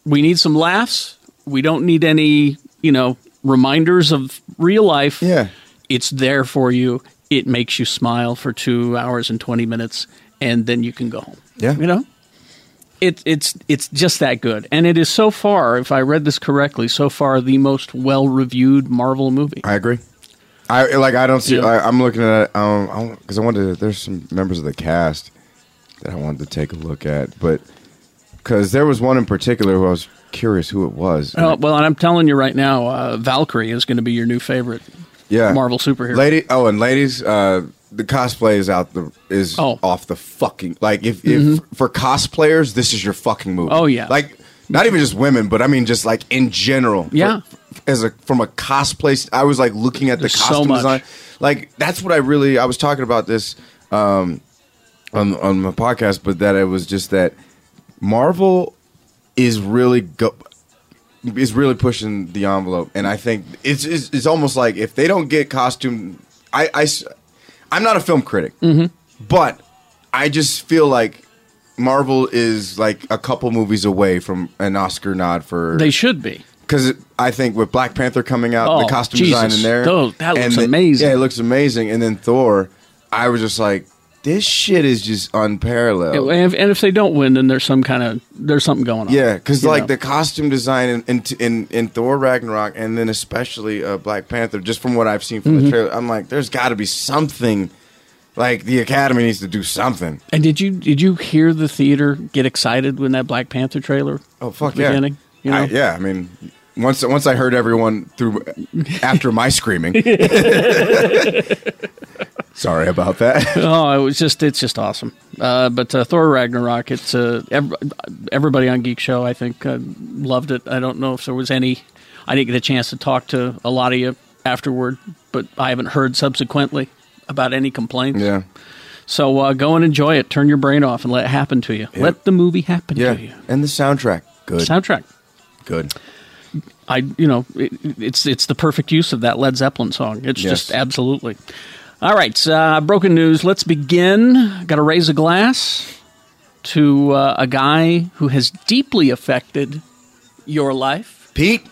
we need some laughs we don't need any you know reminders of real life yeah it's there for you it makes you smile for two hours and 20 minutes and then you can go home
Yeah.
you know it, it's it's just that good and it is so far if i read this correctly so far the most well reviewed marvel movie
I agree. I like. I don't see.
Yeah.
I, I'm looking at it um because I wanted. To, there's some members of the cast that I wanted to take a look at, but because there was one in particular who I was curious who it was.
Oh, well and i'm telling you right now uh, valkyrie is going to be your new favorite
yeah,
marvel superhero
Lady. Oh, and ladies. Uh, the cosplay is out. The is
Oh.
off the fucking like. If, if
Mhm.
for cosplayers, this is your fucking movie.
Oh, yeah.
Like not even just women, but I mean just like in general.
Yeah.
For- as a from a cosplay, st- I was like looking at the
There's so
costume
much.
design. Like that's what I really. I was talking about this um, on on my podcast, but that it was just that Marvel is really go is really pushing the envelope, and I think it's it's, it's almost like if they don't get costume, I I am not a film critic,
Mm-hmm.
but I just feel like Marvel is like a couple movies away from an Oscar nod for
they should be
because I think with Black Panther coming out,
Oh,
the costume
Jesus.
design in there,
Those- that
and
looks
the-
amazing.
Yeah, it looks amazing. And then Thor, I was just like, this shit is just unparalleled.
And if, and if they don't win, then there's some kind of there's something going on.
Yeah, because
You
like
know?
the costume design in, in in in Thor Ragnarok, and then especially uh, Black Panther. Just from what I've seen from
Mhm.
the trailer, I'm like, there's got to be something. Like the Academy needs to do something.
And did you did you hear the theater get excited when that Black Panther trailer?
Oh fuck
the
yeah!
Beginning, you know?
I, yeah, I mean, once once I heard everyone through after my screaming. Sorry about that.
oh, it was just it's just awesome. Uh, but uh, Thor Ragnarok, it's uh, ev- everybody on Geek Show I think uh, loved it. I don't know if there was any. I didn't get a chance to talk to a lot of you afterward, but I haven't heard subsequently about any complaints.
Yeah.
So uh, go and enjoy it. Turn your brain off and let it happen to you. Let the movie happen
yeah,
to you.
and the soundtrack, good
Soundtrack.
good.
I you know it, it's it's the perfect use of that Led Zeppelin song. It's
Yes.
just absolutely. All right, so, uh, broken news. Let's begin. Got to raise a glass to uh, a guy who has deeply affected your life,
Pete.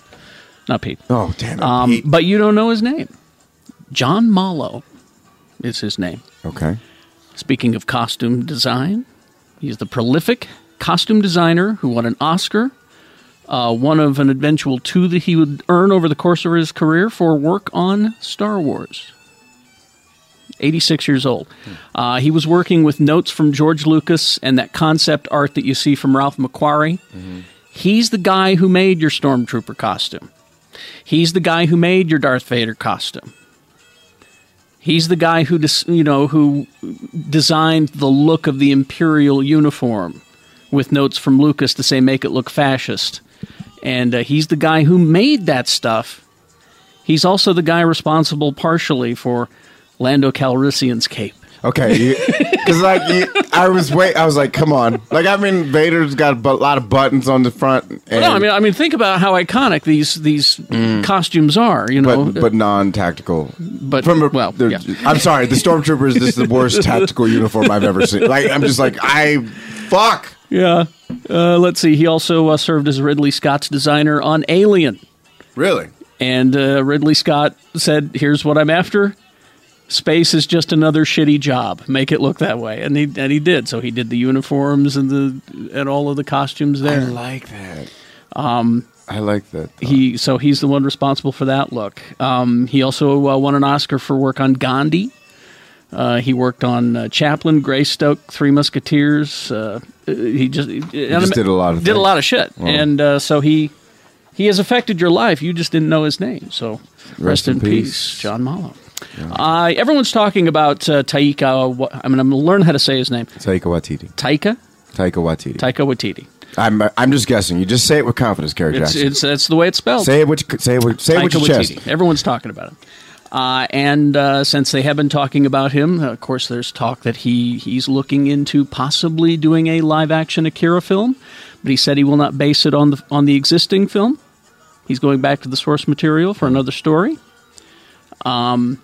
Not Pete.
Oh damn it,
um, But you don't know his name. John Mallow is his name.
Okay.
Speaking of costume design, he's the prolific costume designer who won an Oscar, uh, one of an eventual two that he would earn over the course of his career for work on Star Wars. 86 years old. Uh, he was working with notes from George Lucas and that concept art that you see from Ralph McQuarrie. He's the guy who made your Stormtrooper costume. He's the guy who made your Darth Vader costume. He's the guy who dis- you know who designed the look of the imperial uniform, with notes from Lucas to say make it look fascist, and uh, he's the guy who made that stuff. He's also the guy responsible partially for Lando Calrissian's cape.
Okay, because like you, I was wait, I was like, come on, like I mean, Vader's got a bu- lot of buttons on the front, and,
Well, no, I mean, I mean, think about how iconic these these costumes are. You know,
but but non-tactical.
But
from a,
well,
they're-
yeah.
I'm sorry, the stormtrooper is just the worst tactical uniform I've ever seen. Like I'm just like I fuck.
Yeah. Uh, let's see. He also uh, served as Ridley Scott's designer on Alien.
Really?
And uh, Ridley Scott said, "Here's what I'm after. Space is just another shitty job. Make it look that way." And he and he did. So he did the uniforms and the and all of the costumes there. I
like that.
Um,
I like that.
He so he's the one responsible for that look. Um, he also uh, won an Oscar for work on Gandhi. Uh, he worked on uh, Chaplin, Greystoke, Three Musketeers. Uh, uh, he just, he
just did a lot of
did a
things.
lot of shit,
Wow.
and uh, so he he has affected your life. You just didn't know his name. So rest, in, peace, John Mallow. Uh, everyone's talking about uh, Taika. Wa- I mean, I'm going to learn how to say his name.
Taika Waititi.
Taika.
Taika Waititi.
Taika Waititi.
I'm I'm just guessing. You just say it with confidence, Gary
It's,
Jackson.
it's that's the way it's spelled.
say it with your- say it with say it with
Taika
your chest.
Waititi. Everyone's talking about it. Uh, and uh, since they have been talking about him, uh, of course, there's talk that he he's looking into possibly doing a live action Akira film, but he said he will not base it on the on the existing film. He's going back to the source material for another story. Um,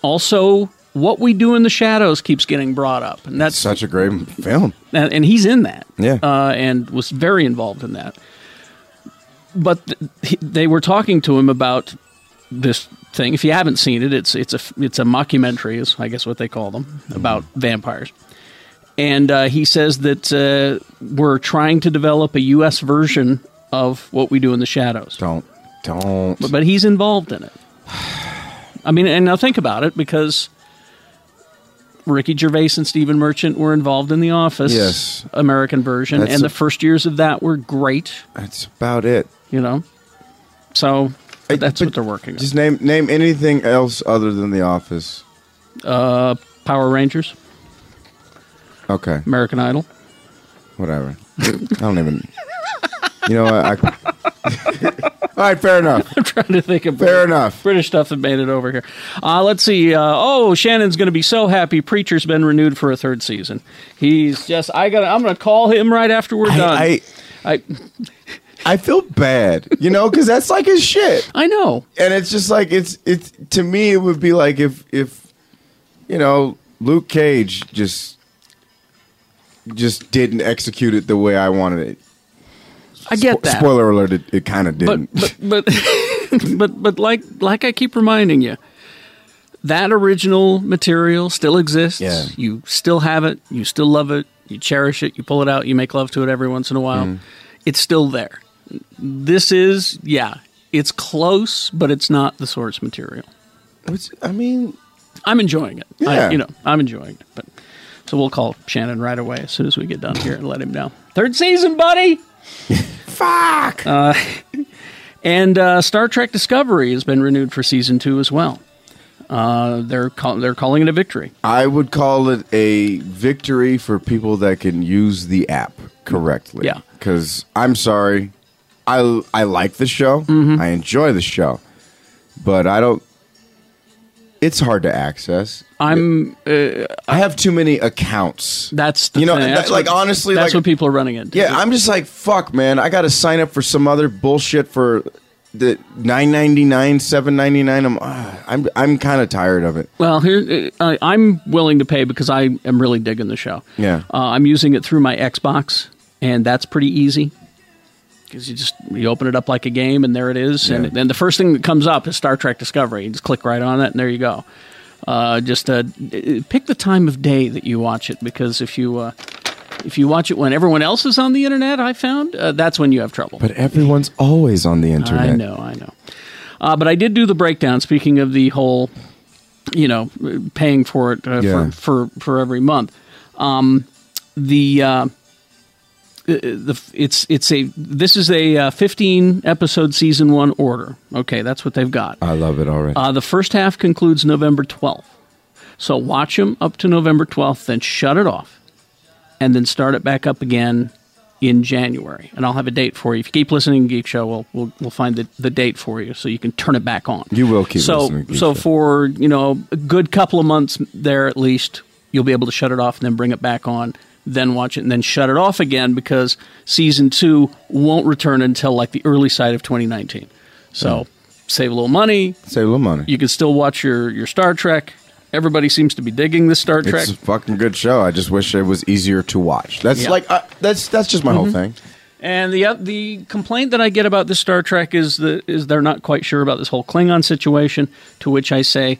also, what we do in the shadows keeps getting brought up, and that's
Such a great film.
and, and he's in that.
Yeah.
Uh, and was very involved in that. But th- he- they were talking to him about this thing. If you haven't seen it, it's it's a f- it's a mockumentary, is I guess what they call them about vampires. And uh, he says that uh, we're trying to develop a U.S. version of what we do in the shadows.
Don't, don't.
But, but he's involved in it. I mean, and now think about it because Ricky Gervais and Stephen Merchant were involved in The Office,
Yes.
American version,
That's
and
a-
the first years of that were great.
That's about it.
You know, so that's what they're working on.
Just name name anything else other than The Office.
Uh, Power Rangers,
Okay,
American Idol.
whatever. I don't even. You know what? I, All right, fair enough.
I'm trying to think of
fair enough
British stuff that made it over here. Uh, let's see. Uh, oh, Shannon's going to be so happy. Preacher's been renewed for a third season. He's just. I got. to I'm going to call him right after we're done.
I-
I
I feel bad, you know, because that's like his shit.
I know,
and it's just like it's it's to me it would be like if if you know Luke Cage just just didn't execute it the way I wanted it.
I get that.
Spoiler alert! It, it kind of didn't.
but but but but like like I keep reminding you, that original material still exists.
Yeah.
You still have it. You still love it. You cherish it. You pull it out. You make love to it every once in a while.
Mhm.
It's still there. This is, yeah, it's close, but it's not the source material.
I mean,
I'm enjoying it.
Yeah.
I, you know, I'm enjoying it. But so we'll call Shannon right away as soon as we get done here and let him know. Third season, buddy. Fuck. Uh, and uh, Star Trek Discovery has been renewed for season two as well. Uh, they're call- they're calling it a victory.
I would call it a victory for people that can use the app correctly.
Yeah.
Because I'm sorry, I I like the show.
Mm-hmm.
I enjoy the show, but I don't. It's hard to access.
I'm. Uh,
I have too many accounts.
That's the
you know,
thing.
that-
That's
like
what-
honestly,
that's
like,
what people are running into.
Yeah, I'm just like fuck, man. I got to sign up for some other bullshit for the nine ninety nine, seven ninety nine. I'm ah, I'm I'm kind of tired of it.
Well, here uh, I'm willing to pay because I am really digging the show.
Yeah.
Uh, I'm using it through my Xbox, and that's pretty easy because you just you open it up like a game, and there it is. And then the first thing that comes up is Star Trek Discovery. You just click right on it, and there you go. Uh, just uh, d- pick the time of day that you watch it because if you uh, if you watch it when everyone else is on the internet, I found uh, that's when you have trouble.
But everyone's always on the internet.
I know, I know. Uh, but I did do the breakdown. Speaking of the whole, you know, paying for it uh,
Yeah.
for, for for every month, um, the uh, the it's it's a this is a uh, fifteen episode season one order. Okay, that's what they've got.
I love it already.
Uh, the first half concludes November 12th. So watch them up to November 12th, then shut it off, and then start it back up again in January. And I'll have a date for you. If you keep listening to Geek Show, we'll, we'll, we'll find the, the date for you so you can turn it back on.
You will keep
so,
listening to Geek
So
Show.
for, you know, a good couple of months there at least, you'll be able to shut it off and then bring it back on, then watch it, and then shut it off again because season two won't return until like the early side of 2019.
Hmm.
So save a little money,
Save a little money.
you can still watch your your Star Trek. Everybody seems to be digging the Star Trek.
It's a fucking good show. I just wish it was easier to watch. That's
Yeah.
like uh, that's that's just my whole
Mhm.
thing.
and the oth- the complaint that I get about this Star Trek is the is they're not quite sure about this whole Klingon situation. To which I say,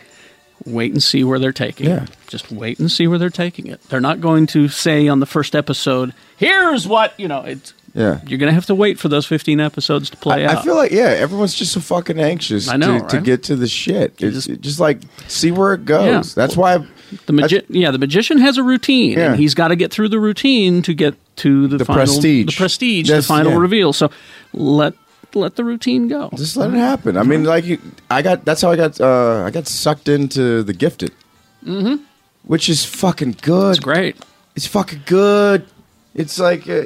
wait and see where they're taking.
Yeah.
it. Just wait and see where they're taking it. They're not going to say on the first episode, "Here's what you know." It's
Yeah.
you're going to have to wait for those 15 episodes to play
I
out.
feel like yeah, everyone's just so fucking anxious
I know,
to, to
right?
get to the shit. It's just, just like see where it goes.
Yeah.
That's why I've,
the magi- yeah, the magician has a routine,
Yeah.
and he's got to get through the routine to get to the,
The
final,
prestige.
the prestige,
That's-
the final
yeah.
reveal. So let let the routine go.
just let it happen. I mean, like you, I got that's how I got uh, I got sucked into the gifted,
Mm-hmm.
which is fucking good. It's
great.
It's fucking good. It's like uh,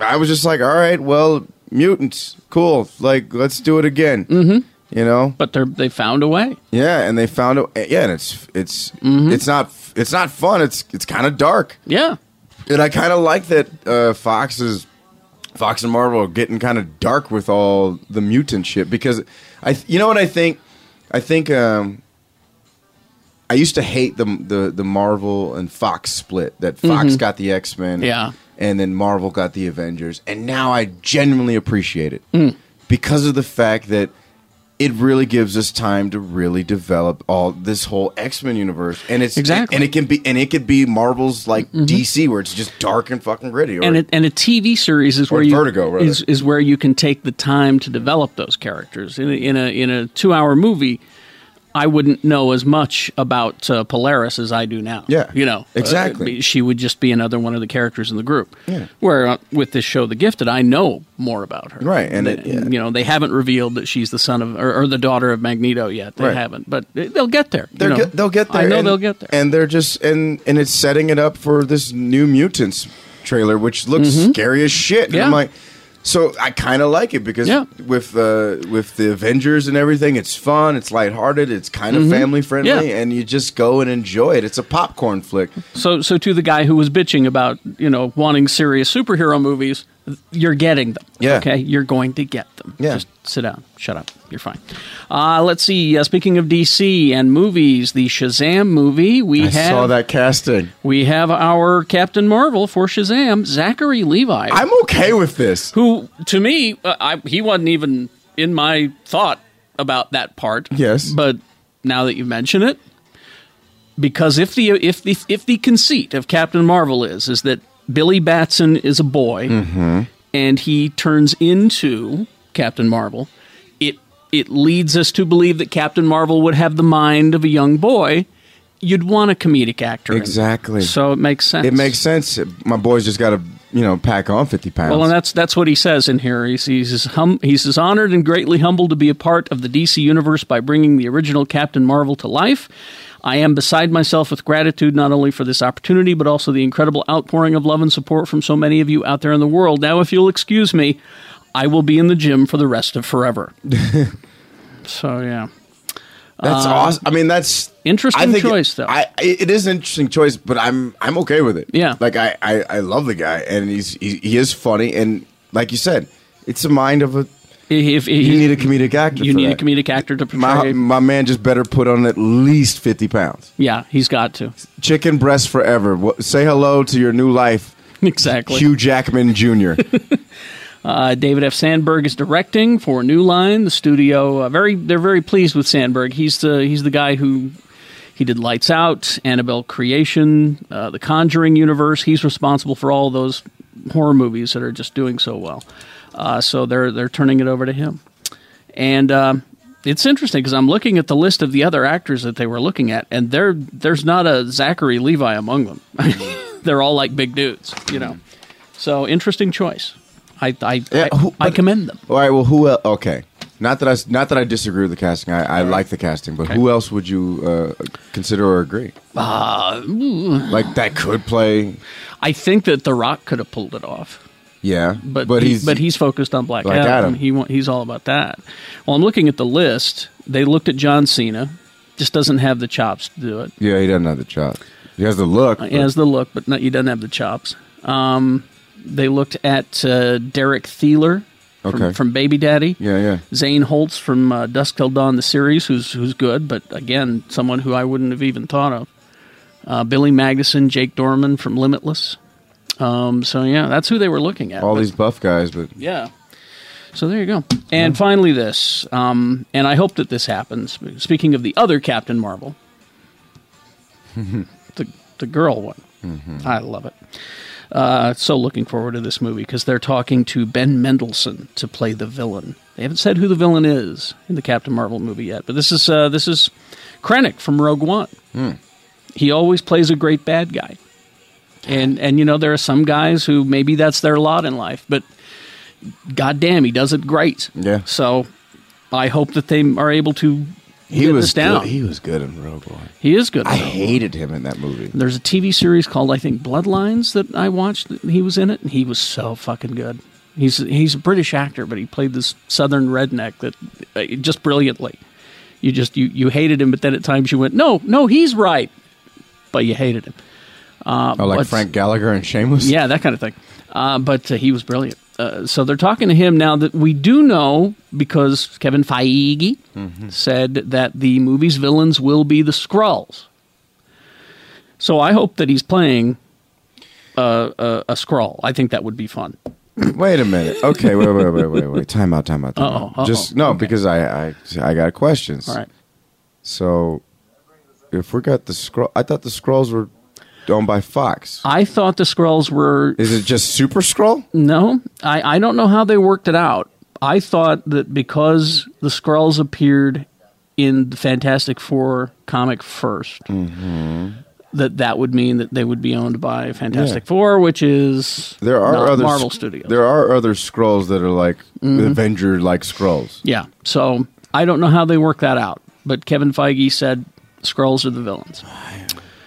I was just like, all right, well, mutants, cool. Like let's do it again. Mm-hmm. You know,
but they they found a way.
Yeah, and they found a yeah, and it's it's it's not it's not fun. It's it's kind of dark.
Yeah,
and I kind of like that uh, Fox is Fox and Marvel are getting kind of dark with all the mutant shit because I th- you know what I think I think um, I used to hate the the the Marvel and Fox split that Fox
Mhm.
got the X Men
Yeah.
and then Marvel got the Avengers and now I genuinely appreciate it
Mm.
because of the fact that it really gives us time to really develop all this whole X-Men universe and it's
Exactly.
and it can be and it could be Marvel's like DC where it's just dark and fucking gritty or
Mm-hmm. and it, and a TV series is
Or
where you
Vertigo, rather.
is, is where you can take the time to develop those characters in a, in a in a two hour movie. I wouldn't know as much about uh, Polaris as I do now.
Yeah,
you know
exactly.
Uh, she would just be another one of the characters in the group.
Yeah.
Where uh, with this show, The Gifted, I know more about her.
Right, and it- yeah.
you know they haven't revealed that she's the son of or, or the daughter of Magneto yet. They
Right.
haven't, but they- they'll get there. you
They're
know.
get, they'll get there.
I know
and,
they'll get there.
And they're just and and it's setting it up for this new mutants trailer, which looks scary as shit. And I'm
Mm-hmm. Yeah.
like, so I kind of like it because
Yeah.
with uh, with the Avengers and everything, it's fun, it's lighthearted, it's kind of
Mhm.
family friendly,
Yeah.
and you just go and enjoy it. It's a popcorn flick.
So, so to the guy who was bitching about you know wanting serious superhero movies, you're getting them.
Yeah.
Okay, you're going to get them.
Yeah.
Just sit down, shut up. You're fine. Uh, let's see. Uh, speaking of DC and movies, the Shazam movie we
I
have.
saw that casting.
We have our Captain Marvel for Shazam, Zachary Levi.
I'm okay with this.
Who, to me, uh, I, he wasn't even in my thought about that part.
Yes.
But now that you mention it, because if the if the if the conceit of Captain Marvel is is that Billy Batson is a boy
Mm-hmm.
and he turns into Captain Marvel, it it leads us to believe that Captain Marvel would have the mind of a young boy. You'd want a comedic actor, in.
Exactly.
So it makes sense.
It makes sense. My boy's just got to, you know, pack on 50 pounds.
Well, and that's that's what he says in here. He's he's as hum, he's as honored and greatly humbled to be a part of the DC universe by bringing the original Captain Marvel to life. I am beside myself with gratitude not only for this opportunity but also the incredible outpouring of love and support from so many of you out there in the world. Now, if you'll excuse me, I will be in the gym for the rest of forever. so yeah,
That's
Uh,
awesome. I mean, that's
interesting
I think
choice,
it,
though.
I, it is an interesting choice, but I'm I'm okay with it.
Yeah.
like I I, I love the guy, and he's he, he is funny, and like you said, it's the mind of a.
If,
you need a comedic actor,
You
for
need a
that.
comedic actor to
My
portray.
my man just better put on at least fifty pounds.
yeah, he's got to
Chicken breast forever. Wha- Say hello to your new life,
exactly.
Hugh Jackman Jr.
Uh, David F. Sandberg is directing for New Line, the studio. Uh, very, they're very pleased with Sandberg. He's the he's the guy who he did Lights Out, Annabelle Creation, uh, The Conjuring universe. He's responsible for all those horror movies that are just doing so well. Uh, so they're they're turning it over to him, and. um it's interesting because I'm looking at the list of the other actors that they were looking at, and there there's not a Zachary Levi among them. they're all like big dudes, you know. So interesting choice. I I I, I commend them.
All right. Well, who? el okay. Not that I s- not that I disagree with the casting. I, I like the casting, but who else would you uh, consider or agree?
Uh, ooh.
Like that could play.
I think that The Rock could have pulled it off,
Yeah,
but he- but he's focused on Black,
Black
Adam.
Adam.
He wa- he's all about that. Well, I'm looking at the list. They looked at John Cena. Just doesn't have the chops to do it.
yeah he doesn't have the chop. He has the look.
Uh, He has the look, but not, he doesn't have the chops. Um, they looked at uh, Derek Thieler from,
Okay.
from Baby Daddy.
yeah, yeah.
Zane Holtz from uh, Dusk Till Dawn, the series, who's who's good, but again, someone who I wouldn't have even thought of. Uh, Billy Magnuson, Jake Dorman from Limitless. Um, so yeah, that's who they were looking at.
All
but-
these buff guys, but
yeah. So there you go. And finally, this, um, and I hope that this happens. Speaking of the other Captain Marvel, the the girl one,
Mm-hmm.
I love it. Uh, so looking forward to this movie because they're talking to Ben Mendelsohn to play the villain. They haven't said who the villain is in the Captain Marvel movie yet, but this is uh, this is Krennic from Rogue One.
Hmm.
He always plays a great bad guy, and and you know there are some guys who maybe that's their lot in life, but God damn, he does it great.
Yeah.
So I hope that they are able to
he
get
was
this down.
Good. He was good in Rogue One.
He is good.
I
though.
hated him in that movie.
There's a TV series called I think Bloodlines that I watched. that He was in it, and he was so fucking good. He's he's a British actor, but he played this southern redneck that uh, just brilliantly. You just you you hated him, but then at times you went, no, no, he's right, but you hated him. Uh,
Oh, like
but-
Frank Gallagher and Shameless.
yeah, that kind of thing. Uh, but uh, he was brilliant. Uh, so they're talking to him now that we do know because Kevin Feige said that the movie's villains will be the Skrulls. So I hope that he's playing uh, a, a Skrull. I think that would be fun.
Wait a minute. Okay, wait, wait, wait, wait, wait. Time out, time out. Time
Uh-oh,
out.
uh-oh.
Just no, because I, I, I got questions.
All right.
So, if we got the scroll, I thought the scrolls were owned by Fox.
I thought the Skrulls were
Is it just Super Scroll?
No, I, I don't know how they worked it out. I thought that because the Skrulls appeared in the Fantastic Four comic 1st
Mm-hmm.
that that would mean that they would be owned by Fantastic Four, which is
There are
not
other
Marvel
sc-
Studios. Mm-hmm.
There are other scrolls that are like Avenger like scrolls.
yeah, so I don't know how they work that out. But Kevin Feige said Skrulls are the villains.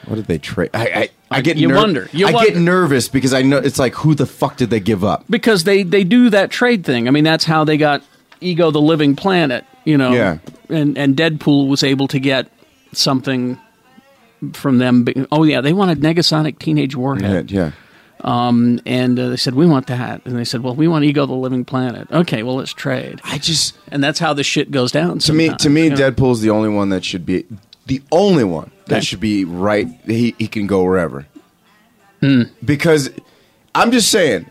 What did they trade? I, I, I get
You
ner-
wonder. You
I get
wonder.
nervous because I know it's like who the fuck did they give up?
because they they do that trade thing. I mean, that's how they got Ego the Living Planet, you know.
Yeah.
And and Deadpool was able to get something from them. be- Oh yeah, they wanted Negasonic Teenage
Yeah,
Warhead,
yeah.
um, and uh, they said we want that, and they said, well, we want Ego the Living Planet. Okay, well, let's trade,
I just
and that's how the shit goes down.
to me
sometimes,
to me
you know.
Deadpool's the only one that should be the only one that
Okay.
should be right. He he can go wherever.
Hmm.
Because I'm just saying,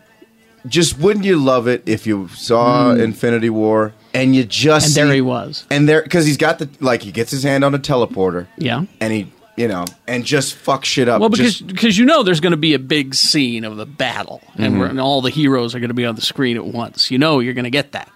just wouldn't you love it if you saw Infinity War and you just
Hmm. and there
see-
he was.
and there because he's got the like he gets his hand on a teleporter
Yeah.
and he you know, and just fuck shit up.
Well, because
Just-
because you know there's going to be a big scene of the battle, and, we're,
Mhm.
and all the heroes are going to be on the screen at once. You know you're going to get that,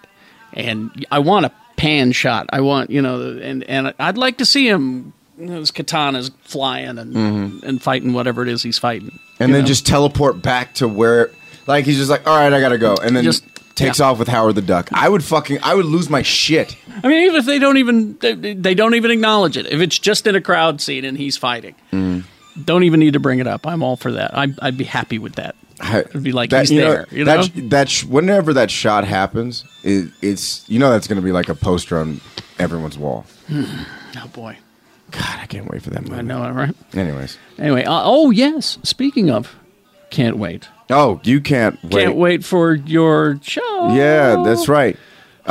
and I want a pan shot. I want you know, and and I'd like to see him. you know, His katana's flying and
Mhm.
and fighting whatever it is he's fighting,
and
you
then
know?
just teleport back to where, like, he's just like, all right, I gotta go, and then
Just-
just takes
yeah.
off with Howard the Duck. I would fucking, I would lose my shit.
I mean, even if they don't even they, they don't even acknowledge it. If it's just in a crowd scene and he's fighting,
Mm-hmm.
don't even need to bring it up. I'm all for that. I, I'd be happy with that. It'd be like he's there. you know?
That, sh- that sh- whenever that shot happens, it, it's you know that's going to be like a poster on everyone's wall.
Hmm. oh boy.
I can't wait for that movie.
I know, right?
Anyways,
Anyway, uh, oh yes. Speaking of, can't wait.
oh, you can't wait.
Can't wait for your show. Oh,
Yeah, that's right.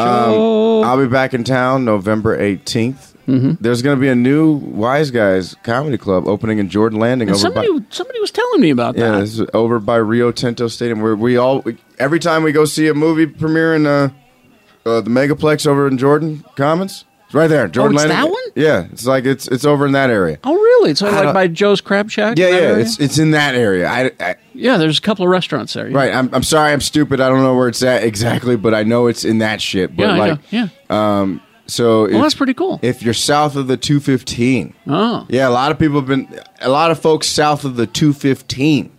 Um, I'll be back in town November 18th.
Mhm.
There's going to be a new Wise Guys Comedy Club opening in Jordan Landing
And
over
somebody
by
somebody was telling me about
yeah,
that.
this is over by Rio Tinto Stadium. Where we all we, every time we go see a movie premiere in uh, uh, the Megaplex over in Jordan Commons, Oh, it's right there, Jordan
it's
Landing.
that one?
Yeah, it's like it's it's over in that area.
Oh really? It's like
I don't-
by Joe's Crab Shack.
Yeah,
in
yeah,
that area?
it's it's in that area. I, I
yeah. There's a couple of restaurants there. yeah.
right. I'm, I'm sorry, I'm stupid. I don't know where it's at exactly, but I know it's in that shit. But
Yeah, I
like,
know. yeah.
um, so
Well,
if-
that's pretty cool.
If you're south of the 215,
Oh.
yeah, a lot of people have been, a lot of folks south of the 215,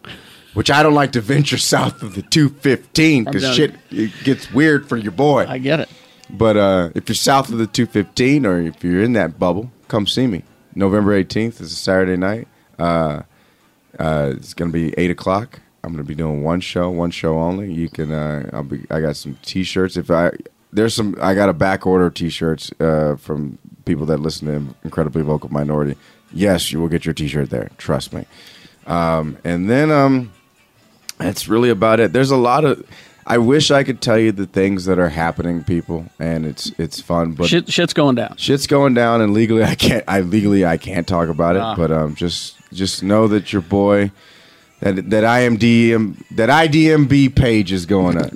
which I don't like to venture south of the 215
I'm done.
because shit it gets weird for your boy. I
get it.
But uh, if you're south of the 215 or if you're in that bubble, come see me. November 18th is a Saturday night. Uh, uh, it's gonna be eight o'clock. I'm gonna be doing one show, one show only. You can, uh, I'll be. I got some t-shirts. If I there's some, I got a back order of t-shirts uh, from people that listen to Incredibly Vocal Minority. Yes, you will get your t-shirt there. Trust me. Um, and then um, that's really about it. There's a lot of. I wish I could tell you the things that are happening, people, and it's it's fun, but
Shit, shit's going down.
Shit's going down, and legally I can't. I legally I can't talk about it.
Ah.
But um, just just know that your boy, that that IMDM um, that IDMB page is going up.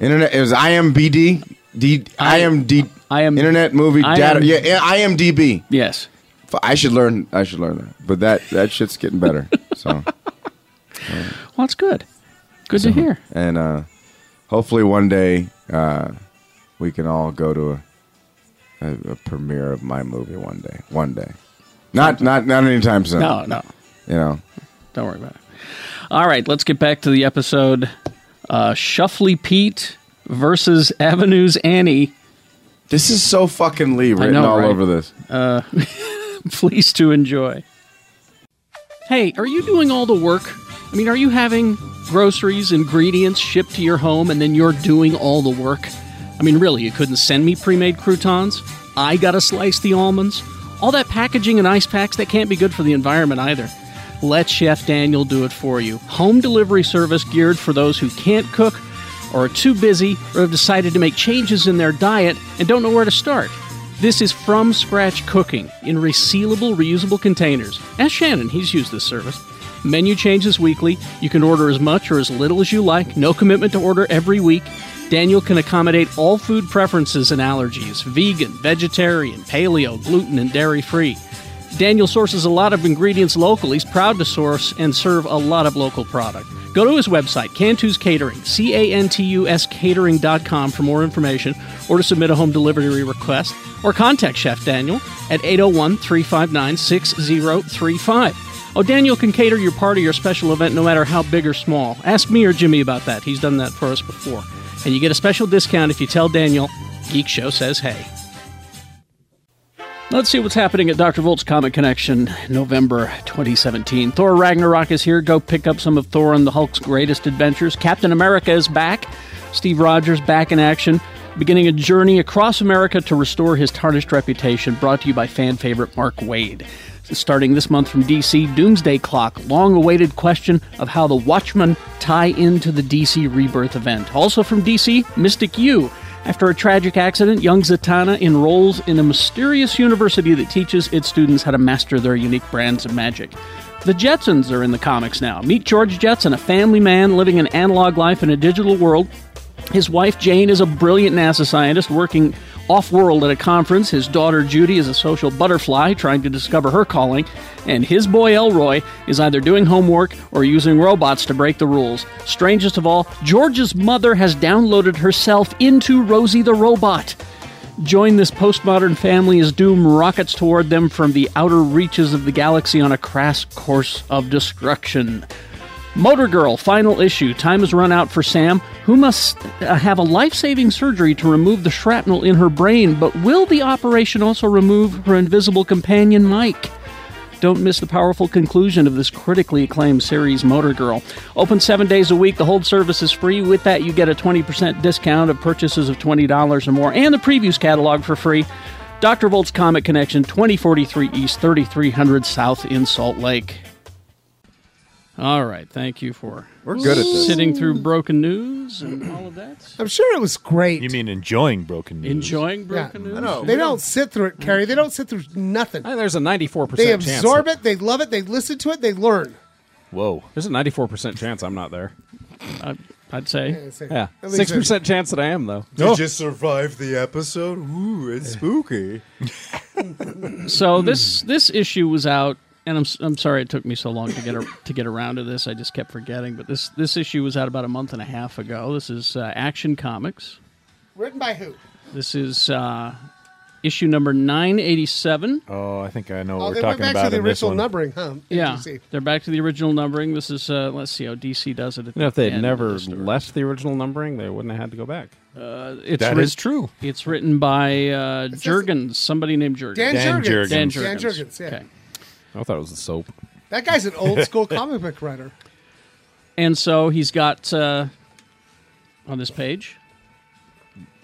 Internet it was IMBD D IMD Internet Movie
IM
Data. Yeah, yeah, IMDb.
Yes.
F- I should learn. I should learn that. But that that shit's getting better. So
Well, that's good. Good to hear.
and uh, hopefully one day uh, we can all go to a, a, a premiere of my movie one day. One day, not not not anytime soon.
No, no.
You know,
Don't worry about it. All right, let's get back to the episode. Uh, Shuffly Pete versus Avenues Annie.
This is so fucking Lee written all over this.
Uh, please to enjoy. Hey, are you doing all the work? I mean, are you having groceries, ingredients shipped to your home, and then you're doing all the work? I mean, really, you couldn't send me pre made croutons? I gotta slice the almonds? All that packaging and ice packs, that can't be good for the environment either. Let Chef Daniel do it for you. Home delivery service geared for those who can't cook, or are too busy, or have decided to make changes in their diet and don't know where to start. This is from scratch cooking in resealable, reusable containers. Ask Shannon, he's used this service. Menu changes weekly. You can order as much or as little as you like. No commitment to order every week. Daniel can accommodate all food preferences and allergies vegan, vegetarian, paleo, gluten, and dairy free. Daniel sources a lot of ingredients locally. He's proud to source and serve a lot of local product. Go to his website, Cantus Catering, C A N T U S catering.com for more information or to submit a home delivery request or contact Chef Daniel at 801 359 6035. Oh, Daniel can cater your party or special event no matter how big or small. Ask me or Jimmy about that. He's done that for us before. And you get a special discount if you tell Daniel Geek Show says hey. Let's see what's happening at Dr. Volt's Comic Connection, November 2017. Thor Ragnarok is here. Go pick up some of Thor and the Hulk's greatest adventures. Captain America is back. Steve Rogers back in action, beginning a journey across America to restore his tarnished reputation. Brought to you by fan favorite Mark Wade. Starting this month from DC, Doomsday Clock, long awaited question of how the Watchmen tie into the DC Rebirth event. Also from DC, Mystic U. After a tragic accident, young Zatanna enrolls in a mysterious university that teaches its students how to master their unique brands of magic. The Jetsons are in the comics now. Meet George Jetson, a family man living an analog life in a digital world. His wife Jane is a brilliant NASA scientist working off world at a conference. His daughter Judy is a social butterfly trying to discover her calling, and his boy Elroy is either doing homework or using robots to break the rules. Strangest of all, George's mother has downloaded herself into Rosie the Robot. Join this postmodern family as doom rockets toward them from the outer reaches of the galaxy on a crass course of destruction. Motor Girl, final issue. Time has run out for Sam, who must uh, have a life saving surgery to remove the shrapnel in her brain, but will the operation also remove her invisible companion, Mike? Don't miss the powerful conclusion of this critically acclaimed series, Motor Girl. Open seven days a week. The hold service is free. With that, you get a 20% discount of purchases of $20 or more and the previews catalog for free. Dr. Volt's Comic Connection, 2043 East, 3300 South in Salt Lake. All right. Thank you for
We're good at this.
sitting through broken news and all of that.
I'm sure it was great.
You mean enjoying broken news?
Enjoying broken news?
They don't sit through it, Carrie. They don't sit through nothing.
there's a 94%
They
chance.
absorb it. They love it. They listen to it. They learn.
Whoa. There's a 94% chance I'm not there.
I'd, I'd say.
Yeah.
At least
6% chance that I am, though.
just survive the episode? Ooh, it's spooky.
Hmm.
So this this issue was out, and I'm s- I'm sorry it took me so long to get a, to get around to this. I just kept forgetting. But this this issue was out about a month and a half ago. This is uh, Action Comics.
Written by who? Oh,
This is uh, issue number 987.
Oh, I think I know
Oh,
what
they
we're
went
talking
back to
about
the
in this
original
one.
numbering, huh?
Yeah,
AGC.
they're back to the original numbering. This is uh, let's see how DC does it. At
You know, if
the
they had
end of
never
the story.
left the original numbering, they wouldn't have had to go back.
Uh, it's
That
writ-
is true.
It's written by uh, Jurgens, somebody named Jurgens.
Dan, Jurgens.
Dan Jurgens.
Dan
Dan
Jurgens.
Jurgens, yeah.
Okay.
I thought it was the soap.
That guy's an old school comic book writer.
And so he's got uh, on this page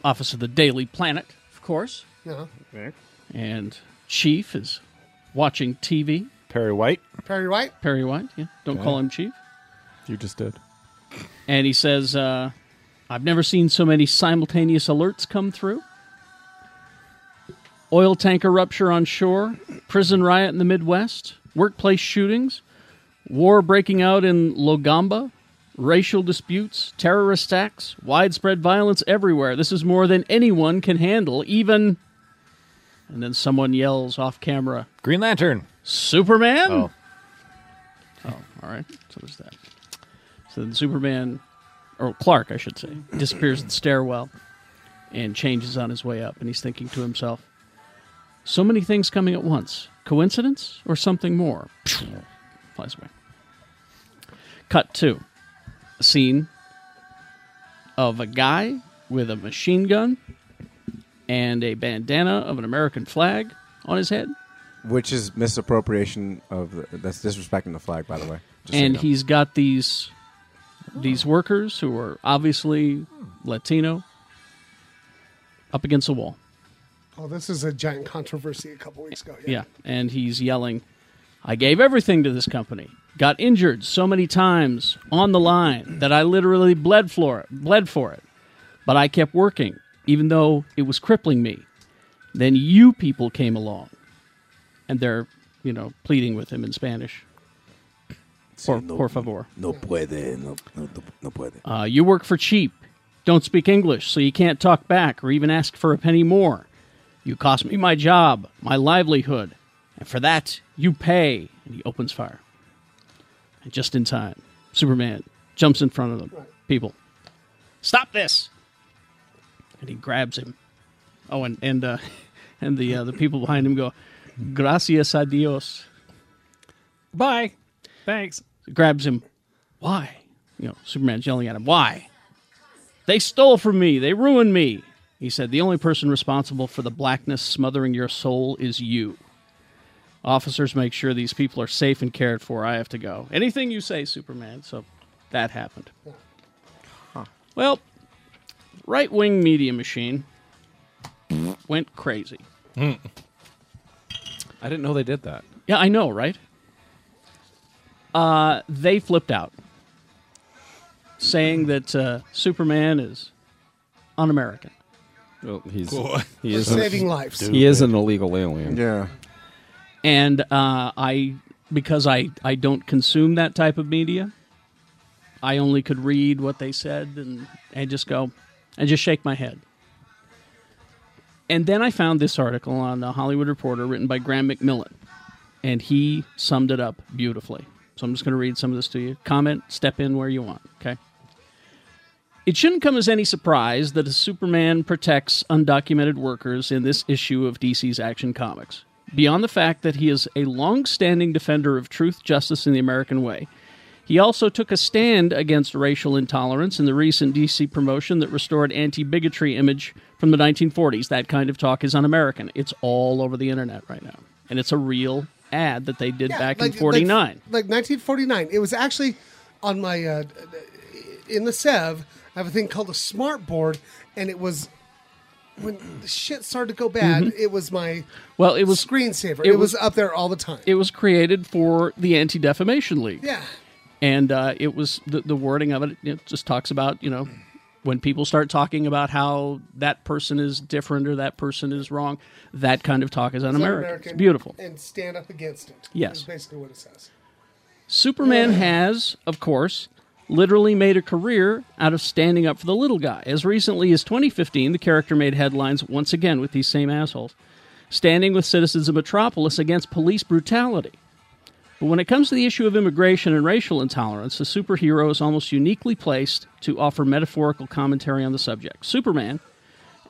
Office of the Daily Planet, of course,
Yeah.
and Chief is watching TV.
Perry White.
Perry White.
Perry White, yeah, don't call him Chief.
You just did.
And he says, uh, I've never seen so many simultaneous alerts come through. Oil tanker rupture on shore, prison riot in the Midwest, workplace shootings, war breaking out in Logamba, racial disputes, terrorist attacks, widespread violence everywhere. This is more than anyone can handle, even. And then someone yells off camera,
Green Lantern.
Superman?
Oh.
Oh, all right. So there's that. So then Superman, or Clark, I should say, disappears in the stairwell and changes on his way up. And he's thinking to himself, so many things coming at once. Coincidence or something more? Flies away. Cut two. A scene of a guy with a machine gun and a bandana of an American flag on his head.
Which is misappropriation of the, that's disrespecting the flag, by the way. Just so you
and
know.
he's got these these workers who are obviously Latino up against a wall.
Oh, this is a giant controversy a couple weeks ago.
Yeah, and he's yelling, "I gave everything to this company. Got injured so many times on the line that I literally bled for it, bled for it. But I kept working even though it was crippling me. Then you people came along." And they're, you know, pleading with him in Spanish. Por, por favor.
no puede, no, no, no puede.
Uh, you work for cheap. Don't speak English, so you can't talk back or even ask for a penny more. You cost me my job, my livelihood, and for that, you pay. And he opens fire. And just in time, Superman jumps in front of them. People, stop this! And he grabs him. Oh, and and uh, and the uh, the people behind him go, "Gracias a Dios."
Bye. Thanks.
grabs him. Why? You know, Superman's yelling at him. Why? They stole from me. They ruined me. He said, The only person responsible for the blackness smothering your soul is you. Officers make sure these people are safe and cared for. I have to go. Anything you say, Superman. So that happened. Well, right wing media machine went crazy.
I didn't know they did that.
Yeah, I know, right? Uh, they flipped out, saying that uh, Superman is un-American.
Well, he's he
We're
is
saving lives.
he is an illegal alien.
Yeah.
and uh, I because I I don't consume that type of media. I only could read what they said and and just go and just shake my head. And then I found this article on the Hollywood Reporter written by Graham McMillan, and he summed it up beautifully. So I'm just going to read some of this to you. Comment, step in where you want, okay? It shouldn't come as any surprise that a Superman protects undocumented workers in this issue of DC's Action Comics. Beyond the fact that he is a long standing defender of truth, justice, and the American way, he also took a stand against racial intolerance in the recent DC promotion that restored anti bigotry image from the 1940s. That kind of talk is un American. It's all over the internet right now. And it's a real ad that they did back in 49.
Like, 1949. It was actually on my, uh, in the SEV, I have a thing called a smart board, and it was, when the shit started to go bad,
Mhm.
it was my
Well, it was
screensaver.
it
It, was,
was-
up there all the time.
It was created for the Anti Defamation League.
Yeah.
and uh, it was the, the wording of it, it just talks about you know when people start talking about how that person is different or that person is wrong that kind of talk is
It's
un-american
un-American
it's beautiful
And stand up against it.
Yes.
Is basically what it says.
superman has of course literally made a career out of standing up for the little guy as recently as 2015 the character made headlines once again with these same assholes standing with citizens of metropolis against police brutality But when it comes to the issue of immigration and racial intolerance, the superhero is almost uniquely placed to offer metaphorical commentary on the subject. Superman,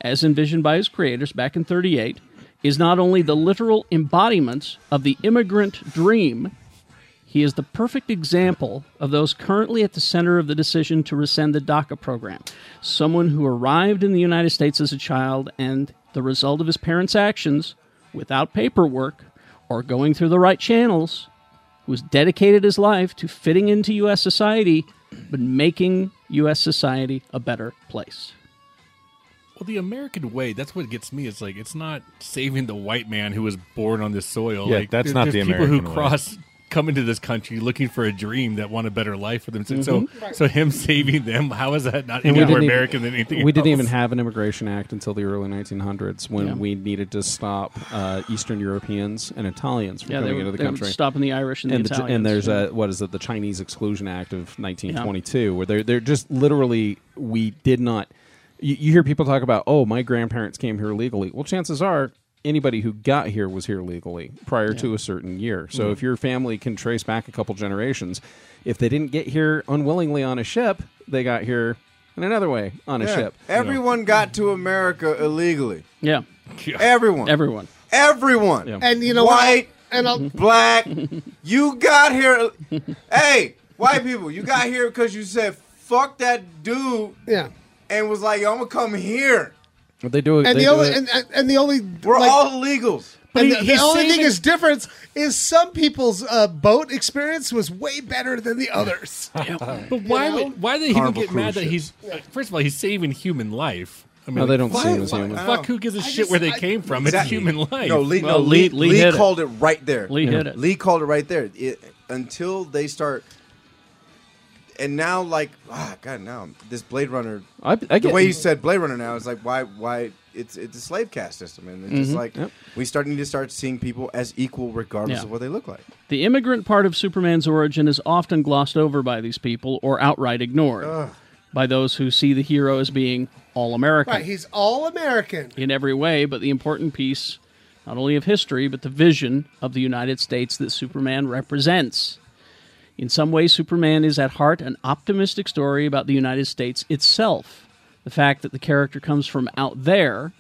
as envisioned by his creators back in 38, is not only the literal embodiment of the immigrant dream, he is the perfect example of those currently at the center of the decision to rescind the DACA program. Someone who arrived in the United States as a child and the result of his parents' actions, without paperwork or going through the right channels, who has dedicated his life to fitting into U.S. society, but making U.S. society a better place.
Well, the American way, that's what gets me. It's like, it's not saving the white man who was born on this soil.
Yeah,
like,
that's
there-
not
there's
the
people
American
who
way.
cross, come into this country looking for a dream that want a better life for them. So, so,
Mm-hmm.
Mhm. Right.
so him saving them, how is that not
And
any
we
more
didn't even-
American than anything
We didn't
else?
even have an immigration act until the early 1900s when
Yeah.
we needed to stop uh, Eastern Europeans and Italians from
Yeah, they
coming
were-
into the
they were
country.
stopping the Irish and the
Ch-
Italians,
And there's
yeah.
a what is it? The Chinese Exclusion Act of 1922, where they're they're just literally we did not. You, you hear people talk about oh my grandparents came here legally. Well, chances are. Anybody who got here was here legally prior to a certain year. So
Mm-hmm.
Mhm.
if your family can trace back a couple generations, if they didn't get here unwillingly on a ship, they got here in another way on a
Yeah.
ship.
Everyone got to America illegally.
Yeah.
Everyone.
Everyone.
Everyone.
Yeah.
And you know what?
white,
And I'll,
Mm-hmm.
black. you got here. Hey, white people, you got here because you said fuck that dude.
Yeah.
And was like, yo, I'm gonna come here.
But they do it.
and
they
the
do
only
it-
and, and- and the only
We're all illegals.
But
But
and
he-
the, the
he's
only thing
saving-
is difference is some people's uh, boat experience was way better than the others.
But why
You know?
would why do they even
Carnival
get
cruise
mad that
ship.
he's uh, first of all he's saving human life. I
No, they don't
fuck-
see him as human.
Fuck,
I
who gives a shit where they came from? It's
Exactly.
human life.
No, Lee, no, Lee, Lee called it. right there.
Lee hit it.
Lee called it right there. It- until they start. And now, like, ah, God, now this Blade Runner.
I- I
the
get-
way you said Blade Runner now is like, why, why? It's it's a slave caste system, and it's just
Mhm.
like
Yep.
we start need to start seeing people as equal, regardless
Yeah.
of what they look like.
The immigrant part of Superman's origin is often glossed over by these people or outright ignored
Ugh.
by those who see the hero as being all American
Right, he's all American.
in every way, but the important piece not only of history, but the vision of the United States that Superman represents. In some ways, Superman is at heart an optimistic story about the United States itself. The fact that the character comes from out there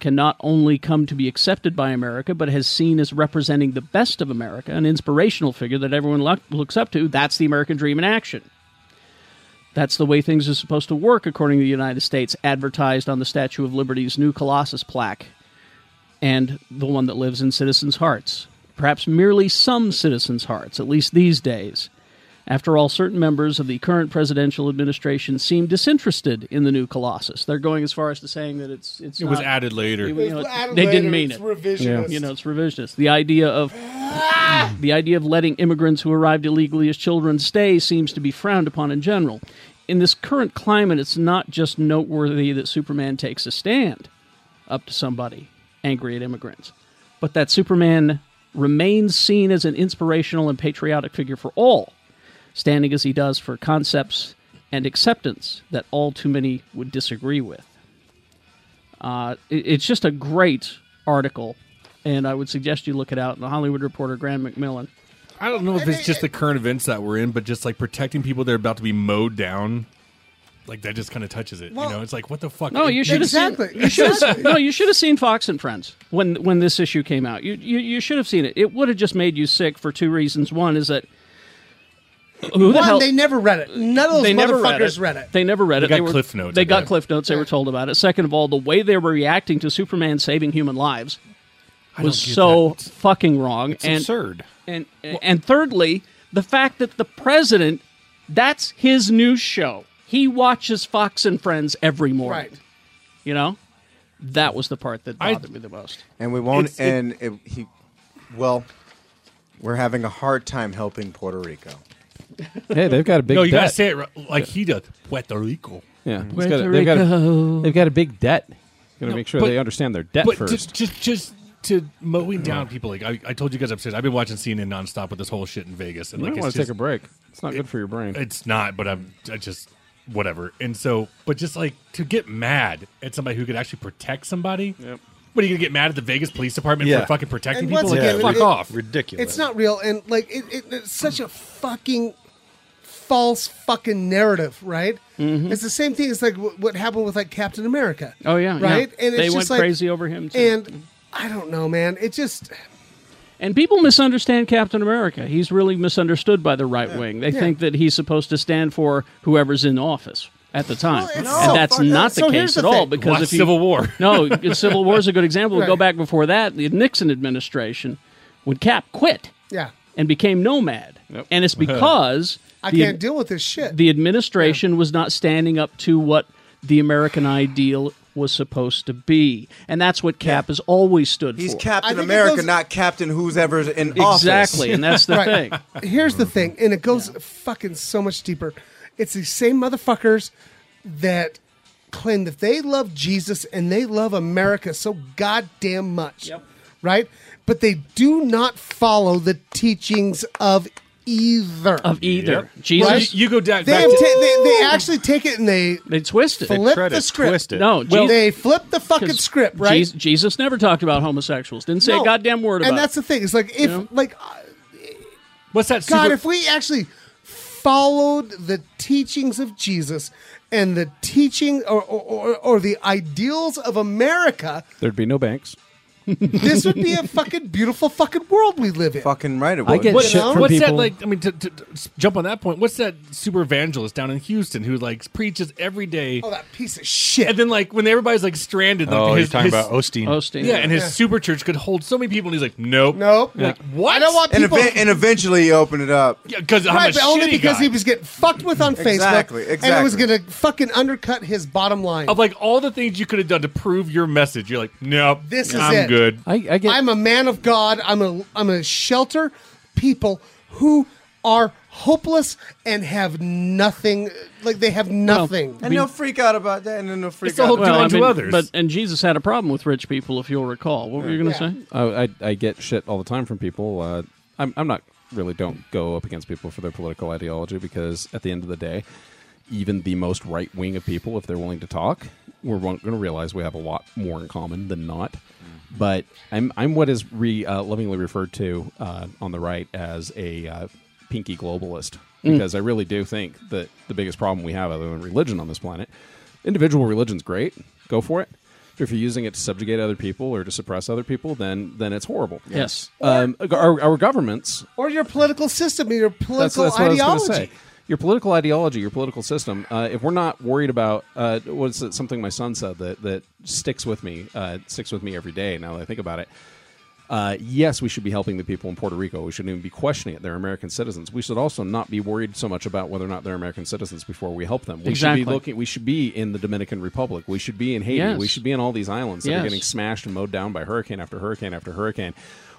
can not only come to be accepted by America, but is seen as representing the best of America, an inspirational figure that everyone lo- looks up to. That's the American dream in action. That's the way things are supposed to work, according to the United States, advertised on the Statue of Liberty's new Colossus plaque and the one that lives in citizens' hearts. Perhaps merely some citizens' hearts, at least these days. After all, certain members of the current presidential administration seem disinterested in the new Colossus. They're going as far as to saying that it's it's
It was
not-
added later.
It-
It
you know,
was added
they
later.
didn't mean
It's
it.
revisionist.
You know, it's revisionist. The idea of the idea of letting immigrants who arrived illegally as children stay seems to be frowned upon in general. In this current climate, it's not just noteworthy that Superman takes a stand up to somebody angry at immigrants, but that Superman remains seen as an inspirational and patriotic figure for all, standing as he does for concepts and acceptance that all too many would disagree with. Uh, it- it's just a great article, and I would suggest you look it out. The Hollywood Reporter, Graham McMillan.
I don't know if it's just the current events that we're in, but just like protecting people that are about to be mowed down. Like that just kind of touches it,
Well-
you know. It's like what the fuck.
No, you should have seen. You should have, no, you should have seen Fox and Friends when when this issue came out. You you, you should have seen it. It would have just made you sick for two reasons. One is that who the
One,
hell
they never read it. None of those motherfuckers read it.
They never read
They
it.
got
were-
cliff notes, I
They got
bet.
cliff notes. They were told about it. Second of all, the way they were reacting to Superman saving human lives
don't
was
get
so fucking wrong
It's
and
absurd.
And and thirdly, the fact that the president that's his news show. He watches Fox and Friends every morning.
Right.
You know? That was the part that
I-
bothered me the most.
And we won't.
It's- it-
and it, he, well, we're having a hard time helping Puerto Rico.
Hey, they've got a big
No, you gotta
debt.
say it ri- like he did. Puerto Rico.
Yeah,
Mhm.
it's got a-
Puerto
they've, got a,
Rico.
they've got a big debt. Got to
No,
make sure
but-
they understand their debt
but
first.
Just, just, just to mowing down people. Like I, I told you guys upstairs, I've been watching CNN nonstop with this whole shit in Vegas, and
You
like
might
it's
wanna
just-
take a break. It's not good for your brain.
It's not, but I'm I just whatever. And so, but just like to get mad at somebody who could actually protect somebody. What are you gonna get mad at the Vegas Police Department
Yeah.
for fucking protecting
And
people?
once
Like,
again,
fuck
it-
off!
Ridiculous.
It's not real, and like it, it, it's such a fucking false fucking narrative, right?
Mhm.
It's the same thing. It's like wh- what happened with like Captain America.
Oh yeah,
right.
yeah.
And it's
they
just
went
like,
crazy over him. Too.
And I don't know, man. It just
And people misunderstand Captain America. He's really misunderstood by the right wing. They
Yeah.
think that he's supposed to stand for whoever's in office at the time, and that's not the
so here's
case at
the
all.
thing.
Because
Watch
if you,
Civil War.
no, Civil War is a good example.
Right.
Go back before that, the Nixon administration, when Cap quit
yeah.
and became nomad, and it's because
I
the-
can't deal with this shit.
the administration was not standing up to what the American ideal was supposed to be, and that's what Cap has always stood
He's
for.
Captain
think it
America,
goes-
not Captain who's ever's in office.
Exactly, and that's the
Right.
thing.
Here's the thing, and it goes fucking so much deeper. It's these same motherfuckers that claim that they love Jesus and they love America so goddamn much. Right? But they do not follow the teachings of either.
Of either.
Yep.
Jesus.
Well, you- you go down-
They,
back
have
to-
ta- they, they actually take it and they
They twist it.
flip the script.
No,
well,
Jesus-
they flip the fucking
'cause
script, right?
Jesus, Jesus never talked about homosexuals. Didn't say
No.
a goddamn word about
And that's
it.
the thing. It's like if
know?
like
What's that?
God,
super-
if we actually followed the teachings of Jesus and the teaching or, or, or, or the ideals of America,
There'd be no banks.
this would be a fucking beautiful fucking world we live in.
Fucking right. It
I
would.
get
What-
shit from
what's that
people.
like? I mean, to, to, to s- jump on that point, what's that super evangelist down in Houston who like preaches every day?
Oh, that piece of shit.
And then like when everybody's like stranded, like
Oh, you're
his,
talking
his-
about Osteen.
Oh.
Osteen.
yeah, and his super church could hold so many people, and he's like, nope,
nope.
like what?
I don't want
and,
people.
event- and eventually, he opened it up.
because I'm
Right,
a
but only
shitty
because
guy.
he was getting fucked with on Facebook,
Exactly,
and it was
exactly.
going to fucking undercut his bottom line.
of like all the things you could have done to prove your message. You're like, nope,
This is
I'm
it.
good.
I, I get.
I'm a man of God. I'm a I'm a shelter people who are hopeless and have nothing. Like they have nothing.
And they'll freak out about that, and then they'll freak
It's the
out.
whole
about
doing
I
to others.
But and Jesus had a problem with rich people, if you'll recall. What were you going to say?
I, I, I get shit all the time from people. Uh, I'm, I'm not really don't go up against people for their political ideology because at the end of the day, even the most right wing of people, if they're willing to talk, we're going to realize we have a lot more in common than not. But I'm I'm what is re, uh, lovingly referred to uh, on the right as a uh, pinky globalist because I really do think that the biggest problem we have, other than religion on this planet, individual religion's great, go for it. If you're using it to subjugate other people or to suppress other people, then then it's horrible.
Yes.
Um, our, our governments
or your political system, your
that's,
political
that's what I was
ideology.
going to say. Your political ideology, your political system. Uh, if we're not worried about uh, what's it, something my son said that that sticks with me, uh, sticks with me every day. Now that I think about it, uh, yes, we should be helping the people in Puerto Rico. We shouldn't even be questioning it. They're American citizens. We should also not be worried so much about whether or not they're American citizens before we help them. We should be
Exactly.
looking. We should be in the Dominican Republic. We should be in Haiti.
Yes.
We should be in all these islands that
Yes.
are getting smashed and mowed down by hurricane after hurricane after hurricane.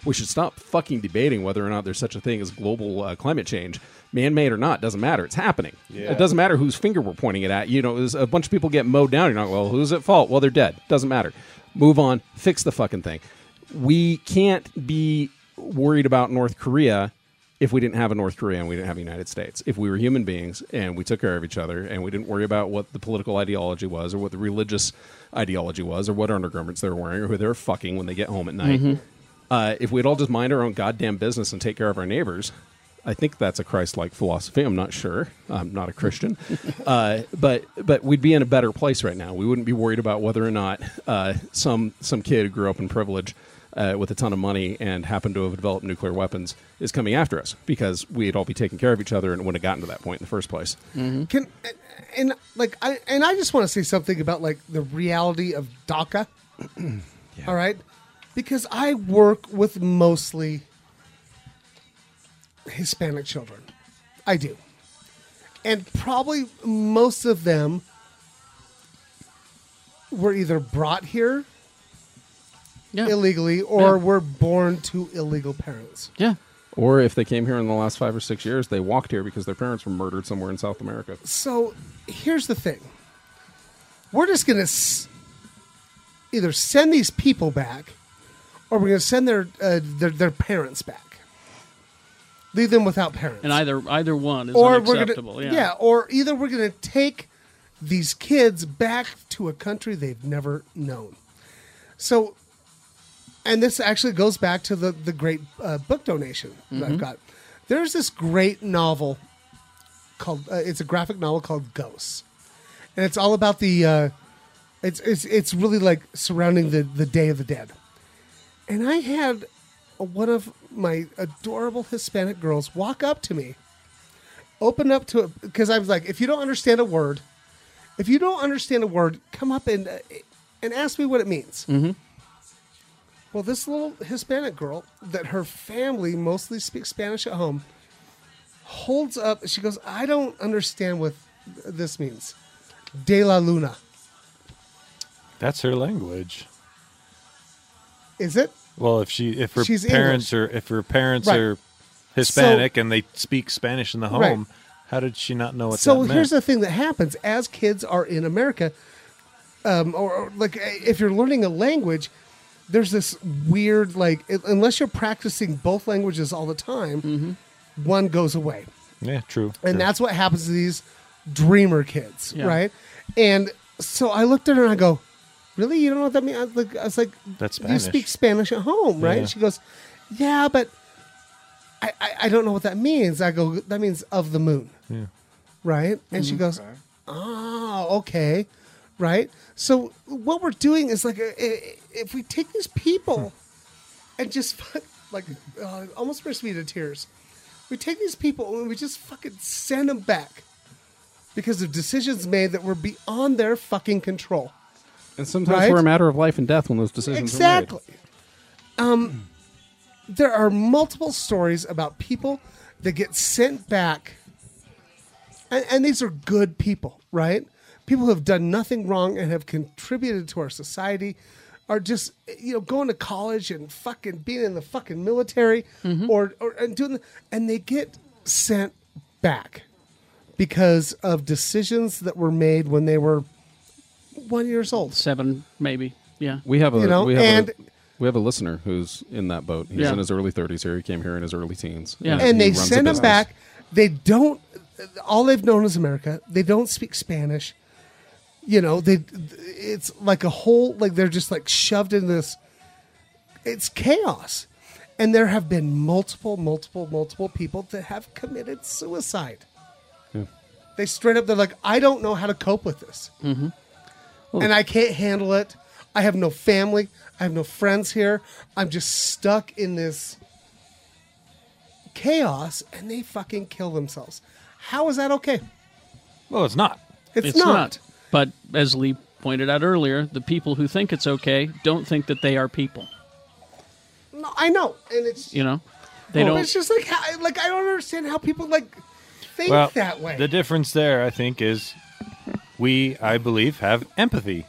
We should stop fucking debating whether or not there's such a thing as global uh, climate change, man-made or not. Doesn't matter. It's happening. It doesn't matter whose finger we're pointing it at. You know, there's a bunch of people get mowed down. You're not well. Who's at fault? Well, they're dead. Doesn't matter. Move on. Fix the fucking thing. We can't be worried about North Korea if we didn't have a North Korea and we didn't have a United States, if we were human beings and we took care of each other and we didn't worry about what the political ideology was or what the religious ideology was or what undergarments they were wearing or who they were fucking when they get home at night,
Mhm.
uh, if we'd all just mind our own goddamn business and take care of our neighbors, I think that's a Christ-like philosophy. I'm not sure. I'm not a Christian, uh, but but we'd be in a better place right now. We wouldn't be worried about whether or not uh, some some kid who grew up in privilege uh, with a ton of money and happened to have developed nuclear weapons is coming after us because we'd all be taking care of each other and wouldn't have gotten to that point in the first place.
Can and like I and I just want to say something about like the reality of DACA. All right, because I work with mostly Hispanic children. I do, and probably most of them were either brought here illegally or
Yeah.
were born to illegal parents.
Yeah.
Or if they came here in the last five or six years, they walked here because their parents were murdered somewhere in South America.
So here's the thing we're just going to s- either send these people back or we're going to send their, uh, their, their parents back. Leave them without parents.
And either either one is unacceptable.
We're gonna,
yeah.
or either we're going to take these kids back to a country they've never known. So, and this actually goes back to the the great uh, book donation that
Mm-hmm.
I've
Mhm.
got. There's this great novel called uh, it's a graphic novel called Ghosts, and it's all about the uh, it's it's it's really like surrounding the the Day of the Dead. And I had one of my adorable Hispanic girls walk up to me, open up to it, because I was like, if you don't understand a word, if you don't understand a word, come up and uh, and ask me what it means.
Mm-hmm.
Well, this little Hispanic girl that her family mostly speaks Spanish at home holds up. She goes, I don't understand what this means. De la Luna.
That's her language.
Is it?
Well, if she if her
She's
parents are if her parents
Right.
are Hispanic and they speak Spanish in the home,
Right.
how did she not know what
so
that
here's
meant?
the thing that happens as kids are in america um, or, or, like if you're learning a language there's this weird like it, unless you're practicing both languages all the time
Mm-hmm.
one goes away
yeah, true.
and
true.
that's what happens to these dreamer kids
Yeah.
right and so i looked at her and i go really you don't know what that means i was like, I was like
That's
you
Spanish.
speak spanish at home right
Yeah.
she goes yeah but I, I, I don't know what that means i go that means of the moon
Yeah.
right? And she
Mhm.
goes, "Oh, okay, right." So what we're doing is like, uh, i- if we take these people
Hmm.
and just fuck- like, uh, it almost brings me to tears. We take these people and we just fucking send them back because of decisions made that were beyond their fucking control.
And sometimes
Right?
we're a matter of life and death when those decisions are made.
Exactly. Um, there are multiple stories about people that get sent back, and, and these are good people, right? People who have done nothing wrong and have contributed to our society, are just you know going to college and fucking being in the fucking military, or or and doing, the, and they get sent back because of decisions that were made when they were one years old,
seven maybe, yeah.
We have a
You know,
we have
and-
a, we have a listener who's in that boat. He's
Yeah.
in his early 30s here. He came here in his early teens.
and
he
they
runs a
send them
business.
back. They don't. All they've known is America. They don't speak Spanish. You know, they. It's like a whole like they're just like shoved in this. It's chaos, and there have been multiple, multiple, multiple people that have committed suicide.
Yeah.
They straight up, they're like, I don't know how to cope with this,
Mm-hmm.
and I can't handle it. I have no family. I have no friends here. I'm just stuck in this chaos and they fucking kill themselves. How is that okay?
Well, it's not.
It's, not.
But as Lee pointed out earlier, the people who think it's okay don't think that they are people.
No, I know, and it's
You know, they
but
don't.
It's just like how, like I don't understand how people like think
well,
that way.
The difference there, I think, is we, I believe, have empathy,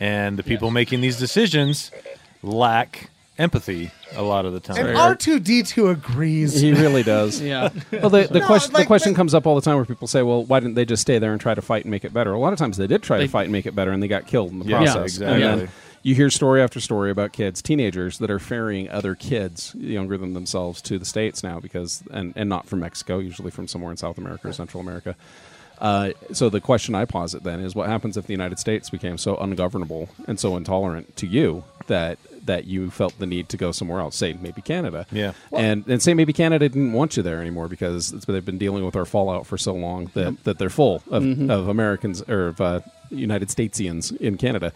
and the people making these decisions lack empathy a lot of the time.
and R two D two agrees.
He really does. Well, the, the question the question comes up all the time where people say, "Well, why didn't they just stay there and try to fight and make it better?" A lot of times they did try
They-
to fight and make it better, and they got killed in the
Yeah,
process.
exactly.
And
Yeah.
then you hear story after story about kids, teenagers that are ferrying other kids younger than themselves to the states now because, and, and not from Mexico, usually from somewhere in South America or Central America. Uh, so the question I posit then is, what happens if the United States became so ungovernable and so intolerant to you that that you felt the need to go somewhere else, say maybe Canada?
Yeah.
and and say maybe Canada didn't want you there anymore because it's, they've been dealing with our fallout for so long that, that they're full of,
Mhm.
of Americans or of uh, United Statesians in Canada.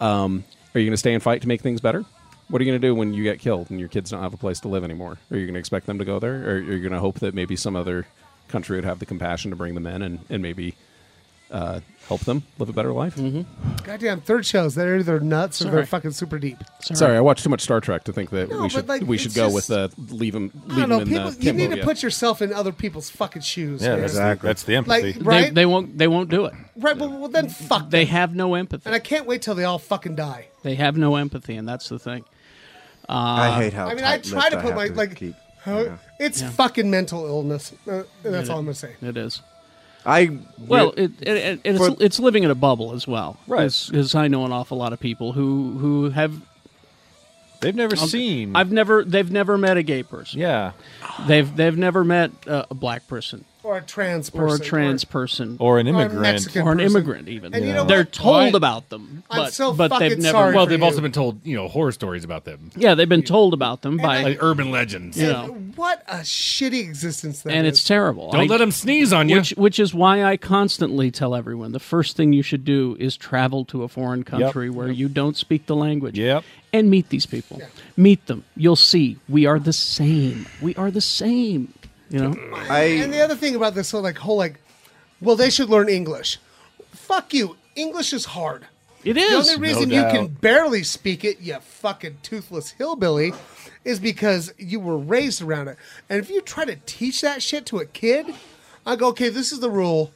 Um, are you going to stay and fight to make things better? What are you going to do when you get killed and your kids don't have a place to live anymore? Are you going to expect them to go there, or are you going to hope that maybe some other country would have the compassion to bring them in and and maybe uh, help them live a better life? Mm-hmm.
Goddamn third shows. They're either nuts or
Sorry.
they're fucking super deep.
Sorry, I watched too much Star Trek to think that
No,
we
but,
should
like,
we should
it's
go
just-
with uh, leave them
I
leave
don't know.
them in
People,
the
you need to
Cambodia.
put yourself in other people's fucking shoes.
Yeah,
man.
that's the- that's the
Like,
empathy.
right?
They, they won't. They won't do it.
right. Well, well, then fuck.
They
them.
have no empathy.
And I can't wait till they all fucking die.
They have no empathy, and that's the thing. Uh,
I hate how
I mean, I try
tight-lipped
to
I
put
have
my
to
like.
keep-
huh?
yeah.
It's
Yeah.
fucking mental illness. Uh, that's
It-
all I'm gonna say.
It is.
I
Well, it, it, it, it's,
For-
it's living in a bubble as well,
Right.
Because I know an awful lot of people who who have
They've never
Um,
seen.
I've never they've never met a gay person.
yeah.
They've they've never met uh, a black person
Or a trans person.
or a trans person
Or an
Or a
immigrant.
Mexican
or an
person.
immigrant even.
And you know
They're
what?
told
I-
about them,
I'm
but,
so
but they've
fucking
never
sorry
Well,
for
they've
you.
also been told you know horror stories about them,
Yeah, they've been told about them by
like urban legends.
you know.
And what a shitty existence that
and
is.
it's terrible.
Don't
I-
let them sneeze on you.
Which, which is why I constantly tell everyone the first thing you should do is travel to a foreign country where you don't speak the language.
Yep.
And meet these people. Meet them. You'll see we are the same. We are the same. You know?
and the other thing about this whole like whole like, well, they should learn English. Fuck you. English is hard.
It
The
is.
only reason you can barely speak it, you fucking toothless hillbilly, is because you were raised around it. And if you try to teach that shit to a kid, I go, okay, this is the rule.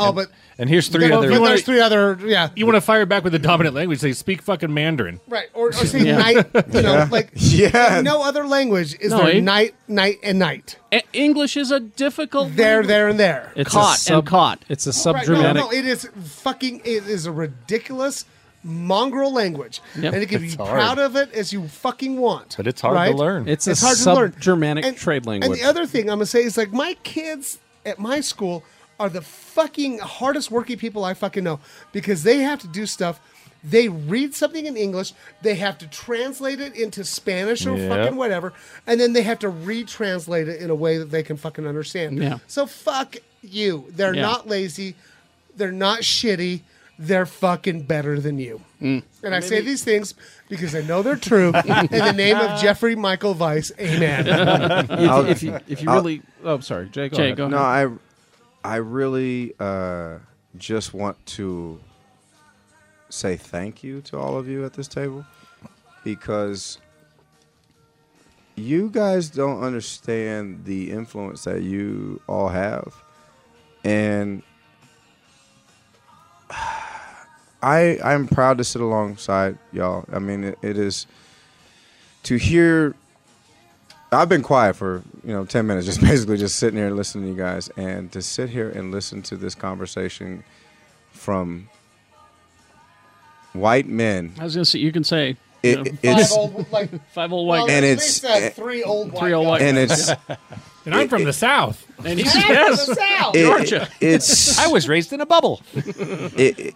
Oh, but
And here's three
Then-
other.
but
You wanna-
there's three other, yeah,
You want to fire back with the dominant language? They speak fucking Mandarin.
right, or, or say night, you know, like
Yeah.
in no other language is
No,
there
eh?
night, night, and night.
E- English is a difficult
There,
language.
there, and there.
It's a
caught
sub-
and caught.
It's a
Right, no,
subgermanic.
no, it is fucking. It is a ridiculous mongrel language,
Yep.
and it can be
hard.
proud of it as you fucking want.
But it's hard
right?
to learn.
It's,
It's
a
hard to learn.
sub-Germanic
And-
trade language.
And the other thing I'm gonna say is like my kids at my school are the fucking hardest working people I fucking know because they have to do stuff. They read something in English, they have to translate it into Spanish or
Yep.
fucking whatever, and then they have to retranslate it in a way that they can fucking understand.
Yeah.
So fuck you. They're
Yeah.
not lazy. They're not shitty. They're fucking better than you. And I say these things because I know they're true. in the name of Jeffrey Michael Weiss, amen.
if, if you, if you really, oh, sorry, Jay, go
Jay,
ahead.
go.
No, I, I really uh, just want to say thank you to all of you at this table because you guys don't understand the influence that you all have, and I I'm proud to sit alongside y'all. I mean, it, it is to hear I've been quiet for you know ten minutes, just basically just sitting here and listening to you guys, and to sit here and listen to this conversation from white men,
I was going to say, you can say
It-
you know,
it-
five,
it's-
five
old,
old, like
five old white
well, at
And it's-
least, uh, three old white
Three old
guys.
white-
and it's
And I'm from the south.
and
Out
he's-
to the south.
it-
Georgia.
it's
I was raised in a bubble.
it, it-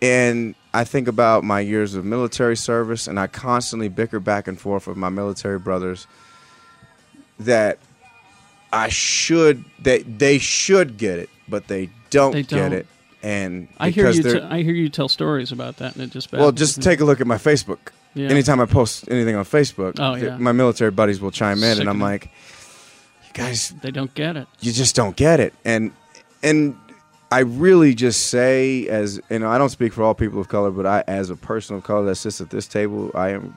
and I think about my years of military service, and I constantly bicker back and forth with my military brothers that I should that they should get it, but they don't,
They
get
don't.
it, and
I hear
because
you. T-
they're-
uh, I hear you tell stories about that, and it just
Well,
baffles
just
me.
take a look at my Facebook.
Yeah.
Anytime I post anything on Facebook,
Oh,
th-
yeah.
my military buddies will chime in, and I'm
Sickening.
like, "You guys,
they don't get it.
you just don't get it." And and I really just say, as you know, I don't speak for all people of color, but I, as a person of color that sits at this table, I am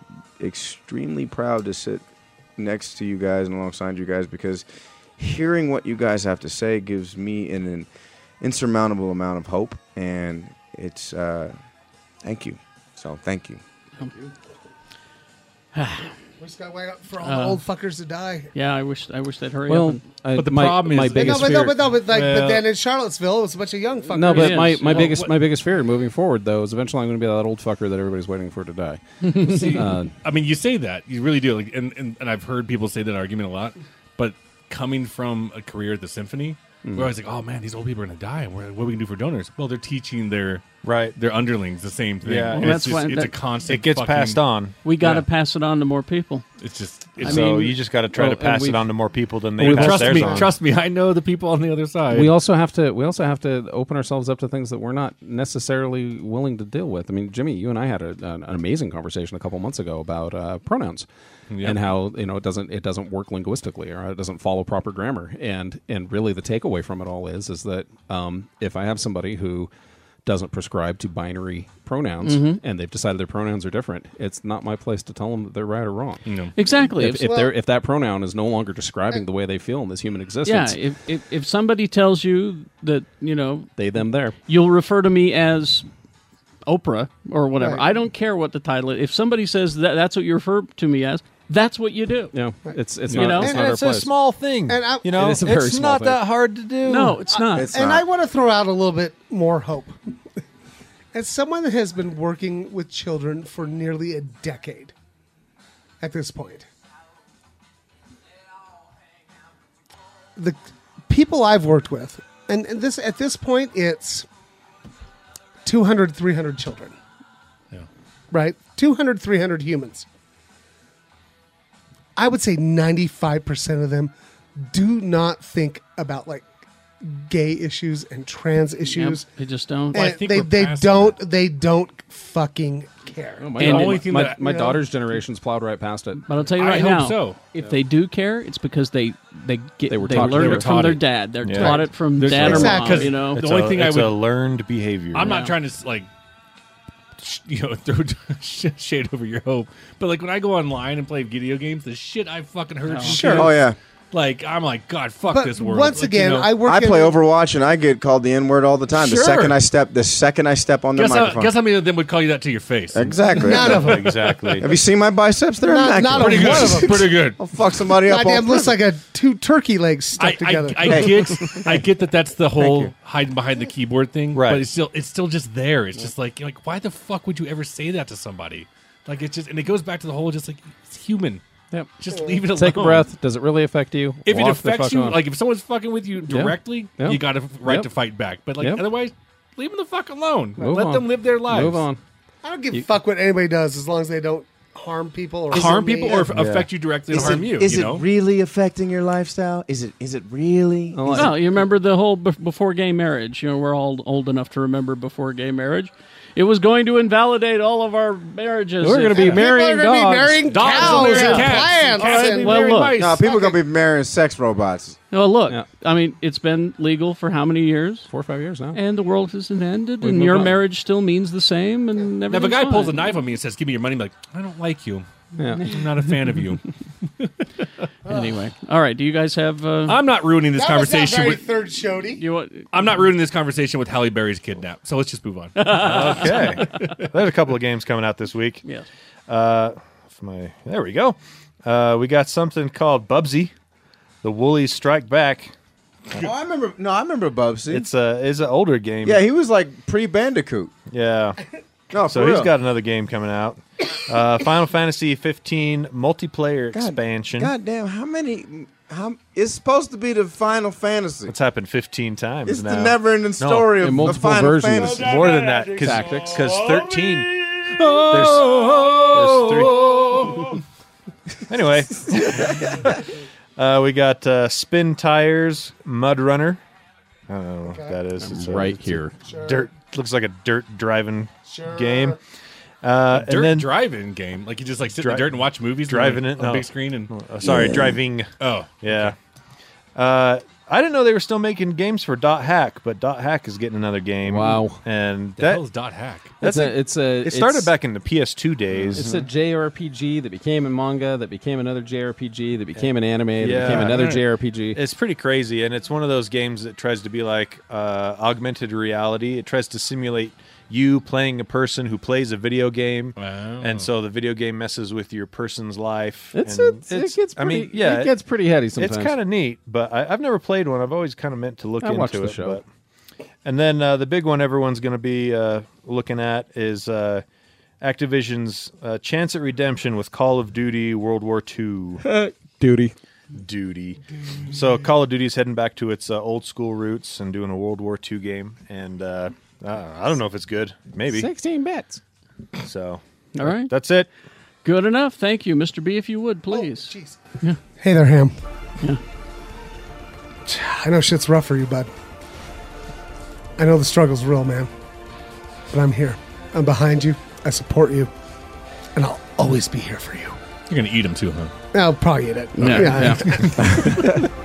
extremely proud to sit next to you guys and alongside you guys because hearing what you guys have to say gives me an, an insurmountable amount of hope, and it's uh, thank you. So thank you.
We just gotta wait up for all the
Uh,
old fuckers to die.
Yeah, I wish I wish they'd hurry
Well,
up. and-
I- But the my- problem my is- biggest
no, but no,
fear-
but no, but like, but
Well-
then in Charlottesville, it was a bunch of young fuckers.
No, but my, my biggest my biggest fear moving forward though is eventually I'm going to be that old fucker that everybody's waiting for to die.
See,
Uh,
I mean, you say that you really do, like, and, and and I've heard people say that argument a lot. But coming from a career at the symphony,
Mm.
we're always like, "Oh man, these old people are going to die, and we're, what are we going to do for donors?" Well, they're teaching their right their underlings the same thing.
Yeah.
And
Well,
it's
that's
just,
why-
it's
that-
a constant.
It gets
fucking-
passed on.
We got to
Yeah.
pass it on to more people.
It's just
it's- So you just gotta try to pass it
we've-
on to more people than they pass
trust
theirs
me,
on.
trust me, I know the people on the other side.
we also have to we also have to open ourselves up to things that we're not necessarily willing to deal with. I mean, Jimmy, you and I had a, an, an amazing conversation a couple months ago about uh, pronouns
Yeah.
and how you know it doesn't it doesn't work linguistically or it doesn't follow proper grammar. And and really the takeaway from it all is is that um, if I have somebody who doesn't prescribe to binary pronouns
Mhm.
and they've decided their pronouns are different, it's not my place to tell them that they're right or wrong.
Exactly.
If, if
Well-
they're if that pronoun is no longer describing the way they feel in this human
Yeah,
existence,
if, if if somebody tells you that you know
they them there.
you'll refer to me as Oprah or whatever.
Right.
I don't care what the title is. If somebody says that that's what you refer to me as, that's what you do.
Yeah, it's it's
You
not,
know?
it's
And-
not
and
our
it's a
place.
small thing.
And I-
you know,
It is
it's
a very small
not
thing.
that hard to do.
No, it's
Uh,
not. It's
and
not.
I want to throw out a little bit more hope. As someone that has been working with children for nearly a decade at this point, the people I've worked with, and, and this at this point, it's 200, 300 children.
Yeah.
Right? 200, 300 humans. I would say 95% of them do not think about like gay issues and trans issues.
Yep, they just don't.
And they they don't they don't fucking care.
Oh, my God. my, my daughter's generation's plowed right past it.
But I'll tell you right now, if they do care, it's because they they get
They
they,
were taught-
learned
they were
it from
taught
their
it.
dad. They're
Yeah.
taught it from
There's
dad
no-
or
Exactly.
mom. You know,
It's The only a- thing I
it's
would-
a learned behavior.
I'm
Yeah.
not trying to like sh- you know throw sh- shade over your hope, but like when I go online and play video games, the shit I fucking heard.
No.
from
Sure.
kids,
Oh, yeah.
Like I'm like God, fuck
But
this world.
once
Like,
again,
you know,
I work
I
in-
play Overwatch and I get called the N word all the time. The
Sure.
second I step, the second I step on the
guess how,
microphone.
guess how many of them would call you that to your face?
Exactly. None of 'em.
Exactly.
Have you seen my biceps? They're
Not-
immaculate.
not a Pretty good. one of 'em.
Pretty good.
I'll fuck somebody up.
Goddamn
all
looks like a two turkey legs stuck
I,
together.
I, I get I get that that's the whole hiding behind the keyboard thing,
Right.
But it's still it's still just there. It's just like you're like why the fuck would you ever say that to somebody? Like it's just and it goes back to the whole just like it's human.
Yep.
Just leave it alone.
Take a breath. Does it really affect you?
If it
Walk the
affects
fuck
you,
on.
like if someone's fucking with you
Yeah.
directly,
Yeah.
you got a f- right
Yep.
to fight back. But like
Yep.
otherwise, leave them the fuck alone.
Move
Let
on.
them live their lives.
Move on.
I don't give a fuck what anybody does as long as they don't harm people or
Harm people
me.
or f- affect you directly and
Is
harm
it-
you.
is
you
it
know?
really affecting your lifestyle? Is it? Is it really?
Oh,
Is
Well, you remember the whole bef- before gay marriage. You know, we're all old enough to remember before gay marriage. It was going to invalidate all of our marriages.
We're gonna
If-
be
People are
marrying
gonna be
dogs.
marrying
Dogs
cows
will marry
and
cats.
plants.
Cats will
And-
be
well,
marrying
look.
mice.
it- no, people are gonna be marrying sex robots.
Well, look. I mean, it's been legal for how many years?
Four or five years now.
And the world hasn't ended,
We've
and
moved
your
on.
marriage still means the same, and
Now, if a
everything's
guy pulls a
fine.
knife on me and says, "Give me your money," I'm like, I don't like you.
Yeah.
I'm not a fan of you.
Anyway, all right. Do you guys have? Uh,
I'm not ruining this conversation with
third shody.
You want?
I'm not ruining this conversation with Halle Berry's kidnap. So let's just move on.
okay. There's a couple of games coming out this week.
Yes.
Uh, if my there we go. Uh, we got something called Bubsy, the Woolies Strike Back.
Oh, I remember. No, I remember Bubsy.
It's a is an older game.
yeah, he was like pre Bandicoot.
Yeah.
No,
So
for
he's
real.
got another game coming out. Uh, Final Fantasy 15 multiplayer
God-
expansion.
Goddamn, how many? How it's supposed to be the Final Fantasy.
It's happened 15 times
It's
now.
the never-ending
No.
story of the
multiple
Final
versions.
Fantasy.
More than that, because
Tactics.
because 13.
Oh,
Anyway, uh, we got uh, Spin Tires, Mud Runner. I don't know what that is. It's a-
right
it's a
here.
Dirt looks like a dirt driving
Sure.
game. Uh,
dirt
and then
drive-in game. Like you just like sit in
Dri-
the dirt and watch movies,
driving
on,
it
on
no.
a big screen, and
Uh, sorry, driving.
oh,
Yeah. Uh, I didn't know they were still making games for Dot Hack, but Dot Hack is getting another game.
Wow.
And
the
that
hell is dot hack.
that's
It's a, it's a.
it started
it's-
back in the PS2 days.
It's a JRPG that became a manga, that became another JRPG, that became an anime, that
Yeah.
became another
Right.
JRPG.
It's pretty crazy, and it's one of those games that tries to be like uh, augmented reality. It tries to simulate you playing a person who plays a video game, and so the video game messes with your person's life.
It's-
and
it's- it gets pretty- it gets pretty heady sometimes.
It's kind of neat, but I, I've never played one. I've always kind of meant to look
I
into
watched
it.
the show.
But and then uh, the big one everyone's going to be uh, looking at is uh, Activision's uh, chance at redemption with Call of Duty World War II.
Uh, Duty.
Duty. So Call of Duty's heading back to its uh, old school roots and doing a World War II game. And uh, I I don't know if it's good. Maybe.
16 bits.
So.
All right.
That's it.
Good enough. Thank you, Mr. B, if you would, please. yeah.
Hey there, Ham.
Yeah.
I know shit's rough for you, bud. I know the struggle's real, man. But I'm here. I'm behind you. I support you. And I'll always be here for you.
You're gonna eat them too, huh?
I'll probably eat it.
Yeah,
Yeah.